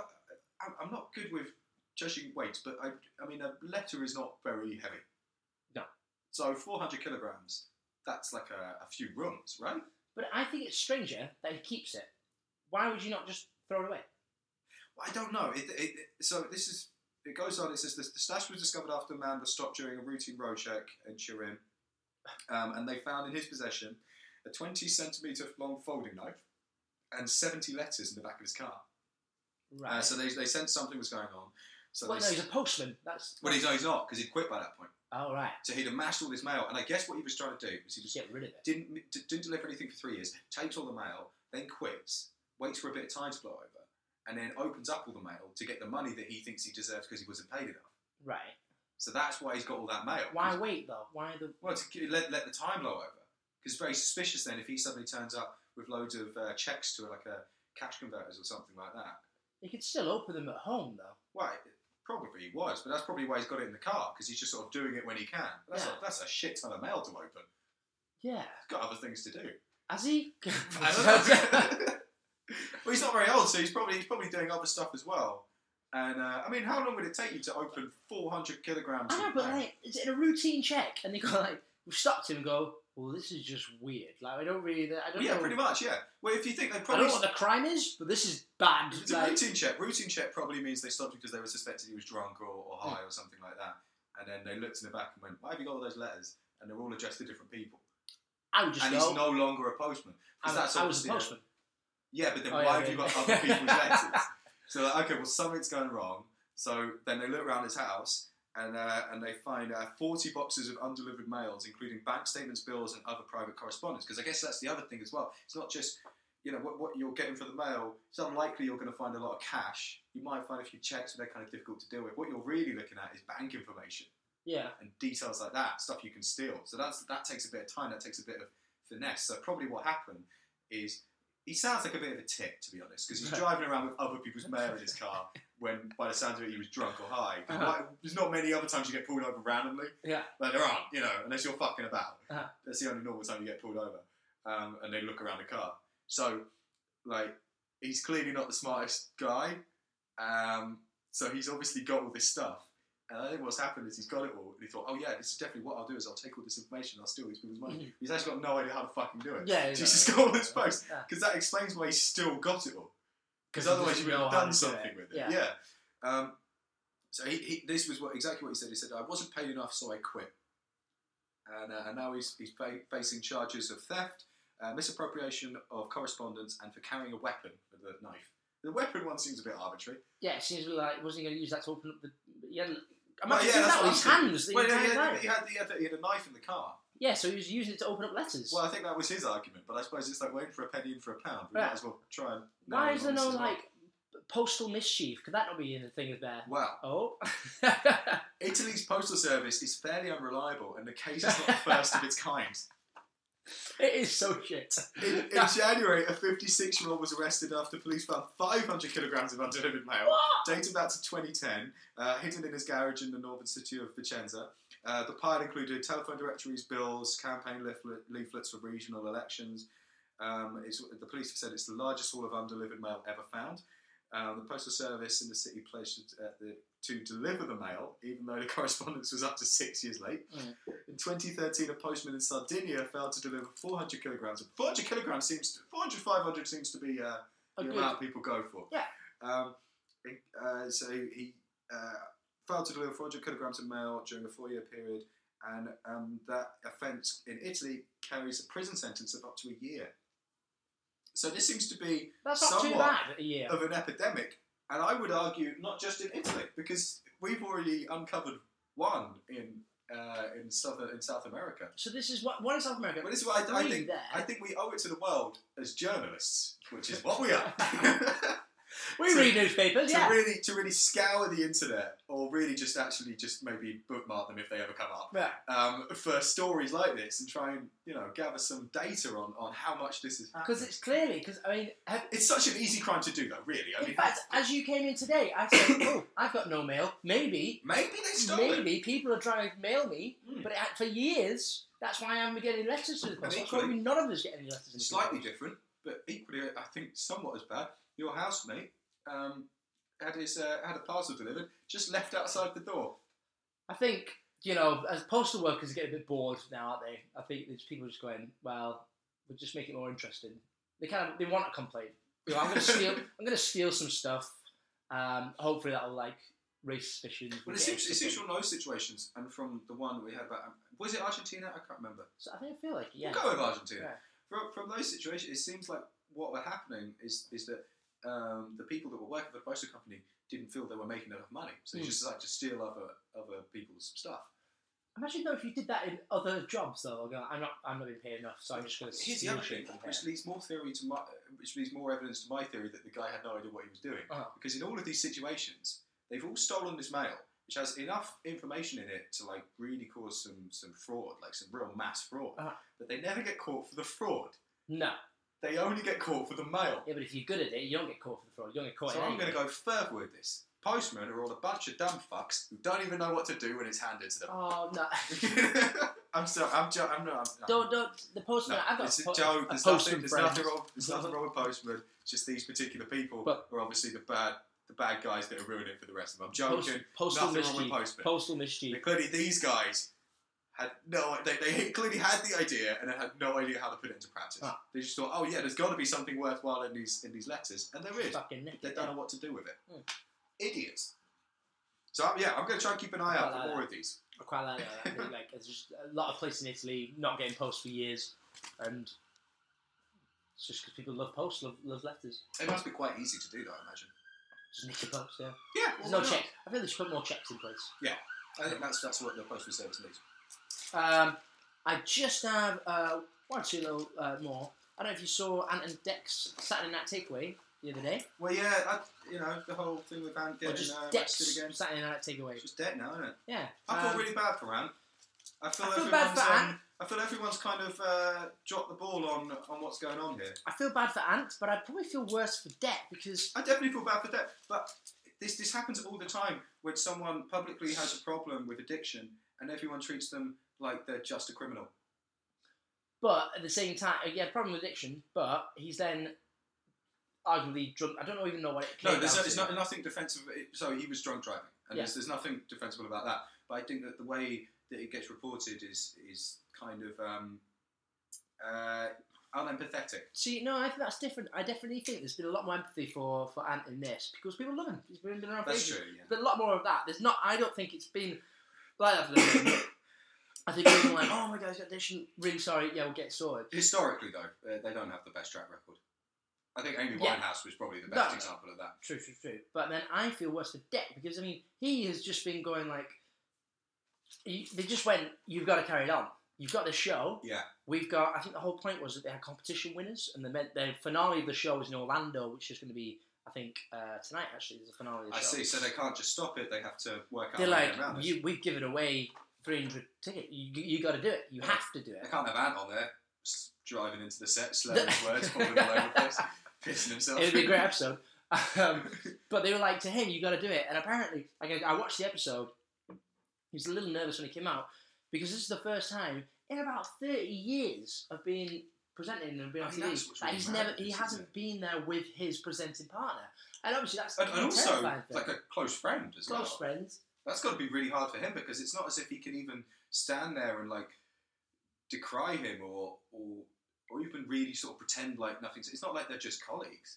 Speaker 2: I'm, I'm not good with judging weights, but I, I mean, a letter is not very heavy.
Speaker 3: No.
Speaker 2: So 400 kilograms, that's like a, a few rooms, right?
Speaker 3: But I think it's stranger that he keeps it. Why would you not just throw it away?
Speaker 2: Well, I don't know. It, it, it- so this is, it goes on, it says this, the stash was discovered after a man was stopped during a routine road check in Turin, um, and they found in his possession a 20 centimetre long folding knife and 70 letters in the back of his car.
Speaker 3: Right.
Speaker 2: Uh, so they, they sensed something was going on. So
Speaker 3: well,
Speaker 2: they,
Speaker 3: no, he's a postman. That's.
Speaker 2: well, he's, no, he's not, because he'd quit by that point.
Speaker 3: Oh, right.
Speaker 2: So he'd amassed all this mail, and I guess what he was trying to do was he
Speaker 3: Just
Speaker 2: was
Speaker 3: get rid of it.
Speaker 2: didn't d- didn't deliver anything for three years, takes all the mail, then quits, waits for a bit of time to blow over, and then opens up all the mail to get the money that he thinks he deserves because he wasn't paid enough.
Speaker 3: Right.
Speaker 2: So that's why he's got all that mail.
Speaker 3: Why
Speaker 2: 'Cause-
Speaker 3: wait though? Why the?
Speaker 2: Well, to g- let, let the time blow over. Because it's very suspicious then if he suddenly turns up with loads of uh, checks to like a cash converters or something like that.
Speaker 3: You could still open them at home though.
Speaker 2: Well, it probably he was, but that's probably why he's got it in the car because he's just sort of doing it when he can. But that's,
Speaker 3: Yeah.
Speaker 2: a, that's a shit ton of mail to open.
Speaker 3: Yeah.
Speaker 2: He's got other things to
Speaker 3: (laughs)
Speaker 2: do. (laughs)
Speaker 3: Has he?
Speaker 2: I (laughs) don't know. well, he's not very old, so he's probably he's probably doing other stuff as well. And uh, I mean, how long would it take you to open 400 kilograms?
Speaker 3: I know,
Speaker 2: of
Speaker 3: but
Speaker 2: mail?
Speaker 3: like, is it a routine check? And they go like, we stopped him and go, well, this is just weird. Like, I don't really, I don't
Speaker 2: yeah,
Speaker 3: know.
Speaker 2: pretty much, yeah. Well, if you think they
Speaker 3: I
Speaker 2: probably
Speaker 3: don't know what the crime is, but this is bad.
Speaker 2: it's a
Speaker 3: Like,
Speaker 2: routine check. Routine check probably means they stopped because they were suspected he was drunk or, or high or something like that. And then they looked in the back and went, "Why have you got all those letters?" And they're all addressed to different people.
Speaker 3: I would just
Speaker 2: and
Speaker 3: go.
Speaker 2: he's no longer a postman. 'Cause
Speaker 3: I,
Speaker 2: that's
Speaker 3: I was
Speaker 2: obviously
Speaker 3: a
Speaker 2: a-
Speaker 3: postman.
Speaker 2: Yeah, but then
Speaker 3: Oh,
Speaker 2: why
Speaker 3: yeah,
Speaker 2: have
Speaker 3: yeah.
Speaker 2: you got other
Speaker 3: (laughs)
Speaker 2: people's letters? So like, okay, well something's going wrong. So then they look around his house and uh, and they find uh, forty boxes of undelivered mails, including bank statements, bills, and other private correspondence. Because I guess that's the other thing as well. It's not just you know what, what you're getting for the mail. It's unlikely you're going to find a lot of cash. You might find a few checks, but they're kind of difficult to deal with. What you're really looking at is bank information
Speaker 3: Yeah.
Speaker 2: and details like that, stuff you can steal. So that's that takes a bit of time. That takes a bit of finesse. So probably what happened is he sounds like a bit of a tit, to be honest, because he's driving around with other people's mail in his car. When, by the sounds of it, he was drunk or high. 'Cause
Speaker 3: Uh-huh.
Speaker 2: like, there's not many other times you get pulled over randomly.
Speaker 3: Yeah.
Speaker 2: Like there aren't, you know, unless you're fucking about.
Speaker 3: Uh-huh.
Speaker 2: That's the only normal time you get pulled over. Um, and they look around the car. So, like, he's clearly not the smartest guy. Um, so he's obviously got all this stuff. And I think what's happened is he's got it all, and he thought, "Oh yeah, this is definitely what I'll do. Is I'll take all this information, I'll steal these people's money."
Speaker 3: Mhm.
Speaker 2: He's actually got no idea how to fucking do (laughs) it.
Speaker 3: Yeah.
Speaker 2: She's just got all this post because that explains why he's still got it all. Because otherwise, you would have done something with it.
Speaker 3: Yeah.
Speaker 2: Yeah. Um, so he, he, this was what exactly what he said. He said, "I wasn't paid enough, so I quit." And, uh, and now he's, he's fa- facing charges of theft, uh, misappropriation of correspondence, and for carrying a weapon with a knife. The weapon one seems a bit arbitrary.
Speaker 3: Yeah, it seems like wasn't he going to use that to open up the? Yeah, I'm
Speaker 2: Well,
Speaker 3: not
Speaker 2: yeah,
Speaker 3: doing
Speaker 2: that's
Speaker 3: that
Speaker 2: what
Speaker 3: with his
Speaker 2: I'm
Speaker 3: hands. the
Speaker 2: Well, yeah,
Speaker 3: entire
Speaker 2: yeah,
Speaker 3: time.
Speaker 2: he, had, he, had, he had a knife in the car.
Speaker 3: Yeah, so he was using it to open up letters.
Speaker 2: Well, I think that was his argument, but I suppose it's like waiting for a penny in for a pound. We
Speaker 3: Yeah.
Speaker 2: might as well try and.
Speaker 3: Why is there
Speaker 2: this
Speaker 3: no
Speaker 2: well.
Speaker 3: like postal mischief? Could that not be in the thing of there?
Speaker 2: Well,
Speaker 3: Oh,
Speaker 2: Italy's postal service is fairly unreliable, and the case is not the first of its kind.
Speaker 3: (laughs) it is so shit.
Speaker 2: In, in January, a 56 year old was arrested after police found 500 kilograms of undelivered mail, dating back to 2010, uh, hidden in his garage in the northern city of Vicenza. Uh, the pile included telephone directories, bills, campaign leaflet, leaflets for regional elections. Um, it's, the police have said it's the largest haul of undelivered mail ever found. Um, the postal service in the city pledged uh, the, to deliver the mail, even though the (laughs) correspondence was up to six years late.
Speaker 3: Mm.
Speaker 2: In 2013, a postman in Sardinia failed to deliver 400 kilograms. 400 kilograms seems to, 400 500 seems to be uh, the
Speaker 3: A good-
Speaker 2: amount people go for.
Speaker 3: Yeah.
Speaker 2: Um, it- uh, so he uh, failed to deliver 400 kilograms of mail during a four-year period, and um, that offence in Italy carries a prison sentence of up to a year. So this seems to be
Speaker 3: That's not too
Speaker 2: somewhat
Speaker 3: bad. Yeah.
Speaker 2: of an epidemic, and I would argue not just in Italy, because we've already uncovered one in uh, in southern in South America.
Speaker 3: So this is what one in South America.
Speaker 2: But this is what I, I
Speaker 3: three
Speaker 2: think.
Speaker 3: there.
Speaker 2: I think we owe it to the world as journalists, which is what we are,
Speaker 3: (laughs) we
Speaker 2: to-
Speaker 3: read
Speaker 2: (laughs)
Speaker 3: newspapers.
Speaker 2: to
Speaker 3: Yeah.
Speaker 2: really to really scour the internet, or really just actually just maybe bookmark them if they ever come up
Speaker 3: yeah.
Speaker 2: um, for stories like this, and try and you know gather some data on, on how much this is.
Speaker 3: Because it's clearly because I mean, have,
Speaker 2: It's such an easy crime to do, though. Really, I
Speaker 3: in
Speaker 2: mean,
Speaker 3: fact, as you came in today,
Speaker 2: (coughs)
Speaker 3: I said, "Oh, I've got no mail. Maybe,
Speaker 2: maybe they stole it.
Speaker 3: maybe people are trying to mail me,
Speaker 2: Mm.
Speaker 3: but it, for years." That's why I haven't been getting letters to the post. That's why
Speaker 2: equally-
Speaker 3: we- none of us get any letters. in the post.
Speaker 2: slightly different, but equally, I think somewhat as bad. Your housemate um, had his uh, had a parcel delivered, just left outside the door.
Speaker 3: I think you know, as postal workers get a bit bored now, aren't they? I think there's people just going, "Well, we'll just make it more interesting." They kind of they want a complaint. You know, I'm going to steal.
Speaker 2: (laughs)
Speaker 3: I'm going to steal some stuff. Um, hopefully that'll like raise suspicion.
Speaker 2: Well, it seems, it seems from those situations and from the one we had about um, was it Argentina? I can't remember.
Speaker 3: So I think I feel like yeah.
Speaker 2: We'll go with Argentina.
Speaker 3: Yeah.
Speaker 2: From, from those situations, it seems like what were happening is is that um, the people that were working for the postal company didn't feel they were making enough money, so they
Speaker 3: Hmm.
Speaker 2: just decided to steal other other people's stuff.
Speaker 3: Imagine though if you did that in other jobs though. I'll go, I'm not. I'm not being paid enough, so I'm just going to
Speaker 2: Here's the
Speaker 3: steal
Speaker 2: other thing,
Speaker 3: shit from here.
Speaker 2: which leads more theory to my, which leads more evidence to my theory that the guy had no idea what he was doing.
Speaker 3: Uh-huh.
Speaker 2: Because in all of these situations, they've all stolen this mail, which has enough information in it to like really cause some some fraud, like some real mass fraud.
Speaker 3: Uh-huh.
Speaker 2: But they never get caught for the fraud.
Speaker 3: No,
Speaker 2: They only get caught for the mail.
Speaker 3: yeah, but if you're good at it, you don't get caught for the fraud. You don't get caught.
Speaker 2: so
Speaker 3: in
Speaker 2: I'm
Speaker 3: anything.
Speaker 2: going to go further with this. Postmen are all a bunch of dumb fucks who don't even know what to do when it's handed to them.
Speaker 3: Oh
Speaker 2: (laughs)
Speaker 3: no!
Speaker 2: I'm sorry. I'm. Jo- I'm not. I'm, I'm-
Speaker 3: Oh. don't don't. The postman.
Speaker 2: No,
Speaker 3: I've got
Speaker 2: it's a
Speaker 3: po-
Speaker 2: joke.
Speaker 3: a
Speaker 2: There's
Speaker 3: postman
Speaker 2: nothing, there's,
Speaker 3: friend.
Speaker 2: nothing wrong, there's nothing wrong with Postman. It's just these particular people
Speaker 3: But-
Speaker 2: are obviously the bad, the bad guys that are ruining it for the rest of them. I'm
Speaker 3: Post-
Speaker 2: joking.
Speaker 3: postal
Speaker 2: nothing wrong with
Speaker 3: mischief.
Speaker 2: Postman.
Speaker 3: Postal mischief.
Speaker 2: And clearly, these guys had no. They, they clearly had the idea and then had no idea how to put it into practice.
Speaker 3: Ah.
Speaker 2: They just thought, oh yeah, there's got to be something worthwhile in these in these letters, and there is.
Speaker 3: Fucking nick
Speaker 2: They
Speaker 3: it.
Speaker 2: don't know what to do with it.
Speaker 3: Hmm.
Speaker 2: Idiots. So I'm- yeah, I'm going to try and keep an eye out
Speaker 3: Well,
Speaker 2: for
Speaker 3: I-
Speaker 2: more of these.
Speaker 3: I quite like that. I think, like, there's just a lot of places in Italy not getting post for years, and it's just because people love post, love, love letters.
Speaker 2: It must be quite easy to do, though. I imagine.
Speaker 3: Just nick the post, yeah.
Speaker 2: Yeah. well,
Speaker 3: There's no
Speaker 2: why not?
Speaker 3: checks. I feel they should put more checks in place.
Speaker 2: I think that's that's what the postal service needs.
Speaker 3: Um, I just have uh, one or two little uh, more. I don't know if you saw Ant and Dex Saturday Night Takeaway the other day.
Speaker 2: Well, yeah, I, you know the whole thing with Ant
Speaker 3: Or
Speaker 2: getting
Speaker 3: just
Speaker 2: uh,
Speaker 3: Dex
Speaker 2: arrested again.
Speaker 3: Saturday Night Takeaway.
Speaker 2: It's just dead now, isn't it?
Speaker 3: Yeah.
Speaker 2: I feel
Speaker 3: um,
Speaker 2: really bad for Ant. I feel,
Speaker 3: I feel
Speaker 2: everyone's,
Speaker 3: bad for
Speaker 2: um,
Speaker 3: Ant.
Speaker 2: I feel everyone's kind of uh, dropped the ball on on what's going on here.
Speaker 3: I feel bad for Ant, but I probably feel worse for Dex because
Speaker 2: I definitely feel bad for that, but this this happens all the time when someone publicly has a problem with addiction and everyone treats them like they're just a criminal.
Speaker 3: But at the same time, he had a problem with addiction, but he's then arguably drunk. I don't know- even know what it came
Speaker 2: No, there's,
Speaker 3: down
Speaker 2: there's
Speaker 3: to.
Speaker 2: not, nothing defensive. So he was drunk driving, and there's, there's nothing defensible about that. But I think that the way that it gets reported is is kind of um, uh, unempathetic.
Speaker 3: See, no, I think that's different. I definitely think there's been a lot more empathy for, for Ant in this because people love him. He's been, been around for
Speaker 2: That's
Speaker 3: ages.
Speaker 2: true. Yeah.
Speaker 3: There's been a lot more of that. There's not. I don't think it's been like that for the moment. I think people are like, oh my god, he's got addiction. Really sorry. Yeah, we'll get it sorted.
Speaker 2: Historically, though, uh, they don't have the best track record. I think Amy
Speaker 3: Yeah.
Speaker 2: Winehouse was probably the
Speaker 3: No,
Speaker 2: best
Speaker 3: no.
Speaker 2: example of that.
Speaker 3: True, true, true. But then I feel worse for Deck because I mean he has just been going like, he, they just went. You've got to carry it on. You've got the show.
Speaker 2: Yeah.
Speaker 3: We've got. I think the whole point was that they had competition winners, and the men- the finale of the show is in Orlando, which is going to be I think uh, tonight actually is the finale of the
Speaker 2: I
Speaker 3: show.
Speaker 2: see. So they can't just stop it. They have to work out.
Speaker 3: They're
Speaker 2: how to
Speaker 3: like,
Speaker 2: get around this.
Speaker 3: you, we've given away 300 tickets. You, you got to do it. You have to do
Speaker 2: They
Speaker 3: it.
Speaker 2: can't have Ant on there s- driving into the set,
Speaker 3: (laughs)
Speaker 2: slurring his words, falling all over the place, pissing himself.
Speaker 3: It would be a great episode. Um, but they were like, to him, you got to do it. And apparently, like, I I watched the episode. He was a little nervous when he came out because this is the first time in about 30 years of being presenting and being on
Speaker 2: I mean,
Speaker 3: TV
Speaker 2: that's what's
Speaker 3: that
Speaker 2: really
Speaker 3: he's never,
Speaker 2: madness,
Speaker 3: he
Speaker 2: isn't
Speaker 3: hasn't been there with his presenting partner. And obviously, that's
Speaker 2: And, and
Speaker 3: a
Speaker 2: also,
Speaker 3: terrifying thing.
Speaker 2: like a close friend as well.
Speaker 3: close friends.
Speaker 2: That's got to be really hard for him because it's not as if he can even stand there and like decry him or or or even really sort of pretend like nothing's. It's not like they're just colleagues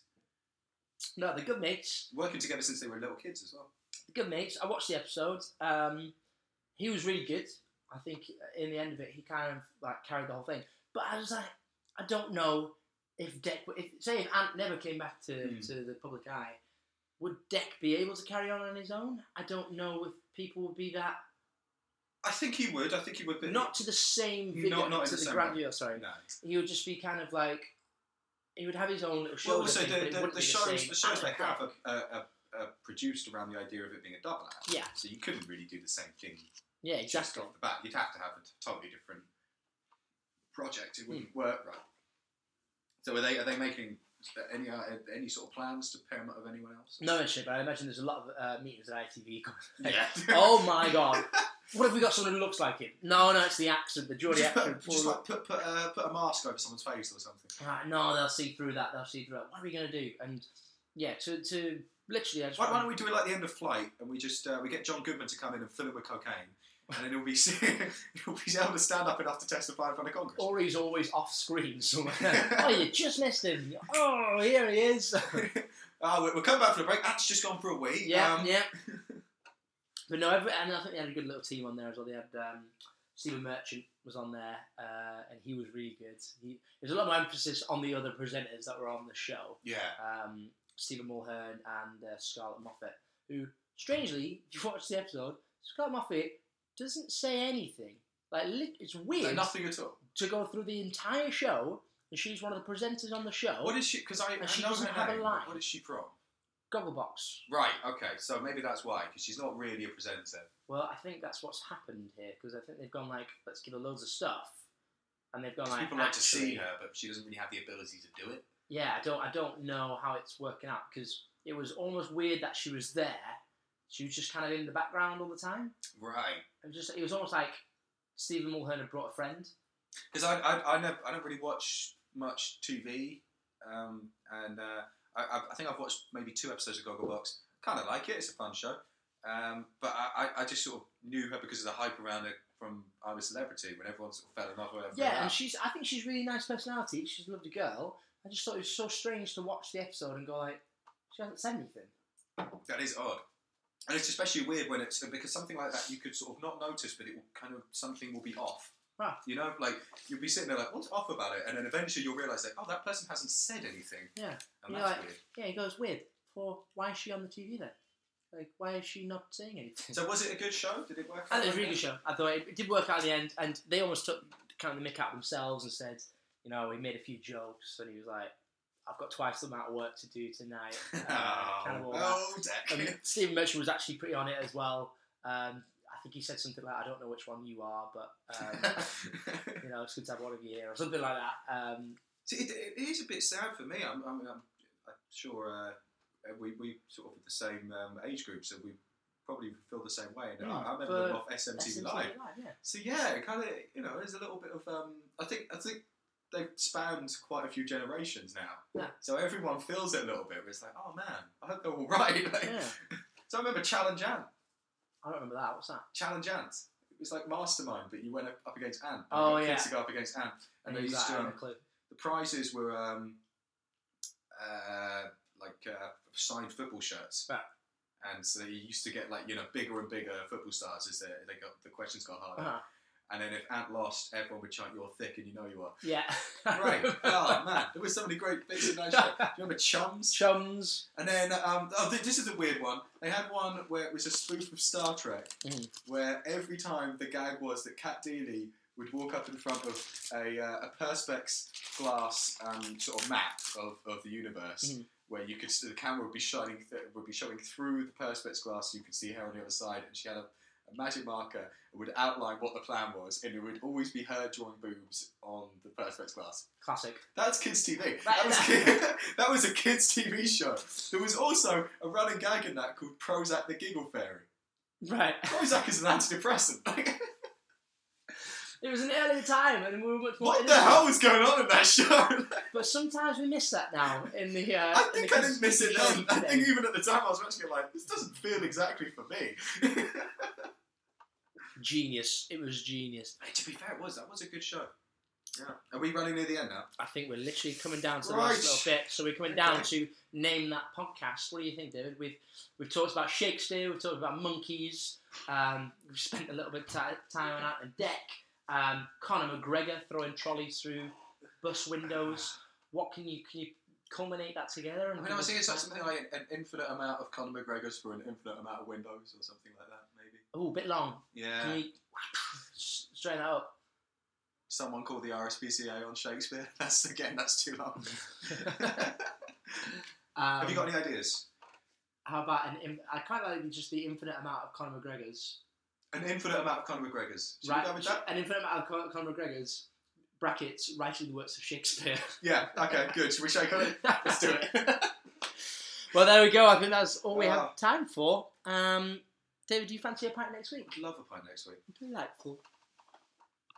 Speaker 3: No, they're good mates.
Speaker 2: working together since they were little kids as well.
Speaker 3: good mates. I watched the episode. Um, he was really good. I think in the end of it, he kind of like carried the whole thing. But I was like, I don't know if Deck, if say if Ant never came back to,
Speaker 2: Hmm.
Speaker 3: to the public eye, would Deck be able to carry on on his own? I don't know if people would be that
Speaker 2: I think he would. I think he would. But
Speaker 3: not to the same
Speaker 2: Not-
Speaker 3: figure,
Speaker 2: not in
Speaker 3: to
Speaker 2: the
Speaker 3: the,
Speaker 2: same
Speaker 3: grandeur. Sorry,
Speaker 2: No.
Speaker 3: he would just be kind of like he would have his own little show.
Speaker 2: Well, also
Speaker 3: thing, but
Speaker 2: the,
Speaker 3: it
Speaker 2: the,
Speaker 3: wouldn't
Speaker 2: the
Speaker 3: be
Speaker 2: shows
Speaker 3: same
Speaker 2: the shows
Speaker 3: Ant
Speaker 2: they
Speaker 3: and Deck.
Speaker 2: have are, are, are, are produced around the idea of it being a double act.
Speaker 3: Yeah.
Speaker 2: So you couldn't really do the same thing
Speaker 3: Yeah,
Speaker 2: just
Speaker 3: exactly.
Speaker 2: off the bat. You'd have to have a totally different project. It wouldn't
Speaker 3: Hmm.
Speaker 2: work right. So are they are they making any uh, any sort of plans to pair him up with anyone else?
Speaker 3: No mention, but I imagine there's a lot of uh, meetings at ITV coming
Speaker 2: Yeah. (laughs)
Speaker 3: Oh my god. What if we got someone who looks like him? No, no, it's the accent, the Geordie
Speaker 2: just
Speaker 3: accent.
Speaker 2: put, (laughs) just like put put, uh, put a mask over someone's face or something.
Speaker 3: Ah, no, they'll see through that, they'll see through that. What are we going to do? And yeah, to, to literally, I just.
Speaker 2: Why, why don't we do it like the end of Flight and we just uh, we get John Goodman to come in and fill him with cocaine and then he'll be (laughs) he'll be able to stand up enough to testify in front of Congress.
Speaker 3: Or he's always off
Speaker 2: (laughs)
Speaker 3: screen (laughs) somewhere. oh, you just missed him. Oh, here
Speaker 2: (laughs)
Speaker 3: he is.
Speaker 2: Uh, we- we'll come back for the break. That's just gone for a week.
Speaker 3: yeah,
Speaker 2: Um, (laughs)
Speaker 3: yeah. But no, every, and I think they had a good little team on there as well. They had um, Stephen Merchant was on there, uh, and he was really good. He, there's a lot more emphasis on the other presenters that were on the show.
Speaker 2: yeah.
Speaker 3: um, Stephen Mulhern and uh, Scarlett Moffat, who, strangely, (laughs) if you watch the episode, Scarlett Moffat doesn't say anything. Like, lit- it's
Speaker 2: Like
Speaker 3: weird
Speaker 2: nothing at all.
Speaker 3: to go through the entire show, and she's one of the presenters on the show.
Speaker 2: What is she? Because I, I
Speaker 3: she
Speaker 2: know
Speaker 3: doesn't
Speaker 2: her
Speaker 3: have a
Speaker 2: name.
Speaker 3: line.
Speaker 2: What is she from?
Speaker 3: Gogglebox.
Speaker 2: Right. Okay. So maybe that's why, because she's not really a presenter.
Speaker 3: Well, I think that's what's happened here, because I think they've gone, like, let's give her loads of stuff. And they've gone
Speaker 2: 'Cause
Speaker 3: like,
Speaker 2: people like to
Speaker 3: actually-
Speaker 2: see her, but she doesn't really have the ability to do it.
Speaker 3: Yeah, I don't, I don't know how it's working out because it was almost weird that she was there. She was just kind of in the background all the time.
Speaker 2: Right.
Speaker 3: It was just, it was almost like Stephen Mulhern had brought a friend.
Speaker 2: Because I, I, I, never, I don't really watch much TV, um, and uh, I, I, I think I've watched maybe two episodes of Gogglebox. Kind of like it. It's a fun show. Um, but I, I, I just sort of knew her because of the hype around it from I'm a Celebrity when everyone sort of fell in love with her. for
Speaker 3: Yeah,
Speaker 2: that.
Speaker 3: and she's. I think she's a really nice personality. She's a lovely girl. I just thought it was so strange to watch the episode and go like, she hasn't said anything.
Speaker 2: That is odd. And it's especially weird when it's because something like that you could sort of not notice, but it will kind of something will be off.
Speaker 3: Right.
Speaker 2: You know, like you'll be sitting there like, what's off about it? And then eventually you'll realise that, oh, that person hasn't said anything.
Speaker 3: Yeah.
Speaker 2: And
Speaker 3: You're
Speaker 2: that's
Speaker 3: like-
Speaker 2: weird.
Speaker 3: Yeah, it goes weird. For why is she on the TV then? Like, why is she not saying anything?
Speaker 2: So was it a good show? Did it work?
Speaker 3: I
Speaker 2: out
Speaker 3: think it was
Speaker 2: (laughs)
Speaker 3: a really good
Speaker 2: like
Speaker 3: show. I thought it, it did work out in the end, and they almost took kind of the mick out themselves and said, you know, he made a few jokes, and he was like, I've got twice the amount of work to do tonight. (laughs)
Speaker 2: that?
Speaker 3: uh, kind of all
Speaker 2: oh,
Speaker 3: that.
Speaker 2: oh,
Speaker 3: um,
Speaker 2: (laughs) Deck.
Speaker 3: Stephen Merchant was actually pretty on it as well. Um, I think he said something like, "I don't know which one you are, but
Speaker 2: (laughs)
Speaker 3: um, you know, it's good to have one of you here," or something like that. Um,
Speaker 2: See, it, it is a bit sad for me. I'm, I'm, I'm, I'm sure uh, we, we sort of with the same um, age group, so we probably feel the same way. And I, I
Speaker 3: Mm,
Speaker 2: remember them
Speaker 3: but
Speaker 2: off SMT,
Speaker 3: that's
Speaker 2: Live.
Speaker 3: entirely right, yeah.
Speaker 2: So yeah, it kind of you know, there's a little bit of um, I think I think they've spanned quite a few generations now.
Speaker 3: Yeah.
Speaker 2: So everyone feels it a little bit. where It's like, oh man, I hope they're all (laughs) right. Like,
Speaker 3: (laughs) Yeah.
Speaker 2: So I remember Challenge Ant,
Speaker 3: I don't remember that. What's that?
Speaker 2: Challenge Ant. It was like Mastermind, but you went up up against Ant. and
Speaker 3: Oh,
Speaker 2: you got Kids
Speaker 3: yeah.
Speaker 2: to go up against Ant, and they
Speaker 3: he's
Speaker 2: used
Speaker 3: like,
Speaker 2: to
Speaker 3: "I haven't
Speaker 2: um,
Speaker 3: a clue.
Speaker 2: the prizes were um, uh, like uh, signed football shirts.
Speaker 3: Right.
Speaker 2: And so you used to get like you know bigger and bigger football stars as they, they got the questions got harder.
Speaker 3: Uh-huh.
Speaker 2: And then if Ant lost, everyone would chant, "You're thick," and you know you are.
Speaker 3: Yeah.
Speaker 2: (laughs) Right. Oh man, there were so many great bits in that show. Do you remember Chums?
Speaker 3: (laughs) Chums.
Speaker 2: And then um, oh, th- this is a weird one. They had one where it was a spoof of Star Trek,
Speaker 3: Mhm.
Speaker 2: where every time the gag was that Cat Deely would walk up in front of a, uh, a perspex glass um, sort of map of, of the universe.
Speaker 3: Mhm.
Speaker 2: Where you could, s- the camera would be shining, th- would be showing through the perspex glass, so you could see her on the other side, and she had a, a magic marker and would outline what the plan was, and it would always be her drawing boobs on the perspex glass.
Speaker 3: Classic.
Speaker 2: That's kids' TV. That
Speaker 3: Right,
Speaker 2: was,
Speaker 3: no.
Speaker 2: ki- (laughs) that was a kids' TV show. There was also a running gag in that called Prozac the Giggle Fairy.
Speaker 3: Right.
Speaker 2: Prozac is an antidepressant. (laughs)
Speaker 3: It was an earlier time, and we were much more.
Speaker 2: what the
Speaker 3: innocent.
Speaker 2: hell was going on in that show? (laughs)
Speaker 3: But sometimes we miss that now in the. Uh,
Speaker 2: I
Speaker 3: in
Speaker 2: think
Speaker 3: the
Speaker 2: I didn't miss it then.
Speaker 3: consumption
Speaker 2: I
Speaker 3: today.
Speaker 2: think even at the time I was watching it, like this doesn't feel exactly for me. (laughs) and
Speaker 3: Genius. It was genius.
Speaker 2: to be fair, it was that was a good show. Yeah. Are we running near the end now?
Speaker 3: I think we're literally coming down to the
Speaker 2: Right.
Speaker 3: last little bit. So we're coming down to name that podcast. What do you think, David? We've we've talked about Shakespeare. We've talked about monkeys. Um, we've spent a little bit of ti- time on out the deck. Um, Conor McGregor throwing trolleys through bus windows. What can you can you culminate that together?
Speaker 2: I
Speaker 3: And
Speaker 2: mean, I was thinking it's like something like an, an infinite amount of Conor McGregor's for an infinite amount of windows or something like that, maybe.
Speaker 3: oh, a bit long. Can
Speaker 2: Yeah.
Speaker 3: we straighten that up?
Speaker 2: Someone called the RSPCA on Shakespeare. (laughs) That's again, that's too long. (laughs)
Speaker 3: Um,
Speaker 2: Have you got any ideas?
Speaker 3: How about an? in- I quite like just the infinite amount of Conor McGregor's.
Speaker 2: An infinite amount of Conor McGregor's. Should we
Speaker 3: Right,
Speaker 2: go with that?
Speaker 3: an infinite amount of Con- Conor McGregor's brackets writing the works of (laughs) Shakespeare.
Speaker 2: Yeah. Okay. Good. Should we shake on it? Let's do it.
Speaker 3: well, there we go. I think that's all we
Speaker 2: Wow.
Speaker 3: have time for. Um, David, do you fancy a pint next week?
Speaker 2: Love a pint next week.
Speaker 3: Delightful.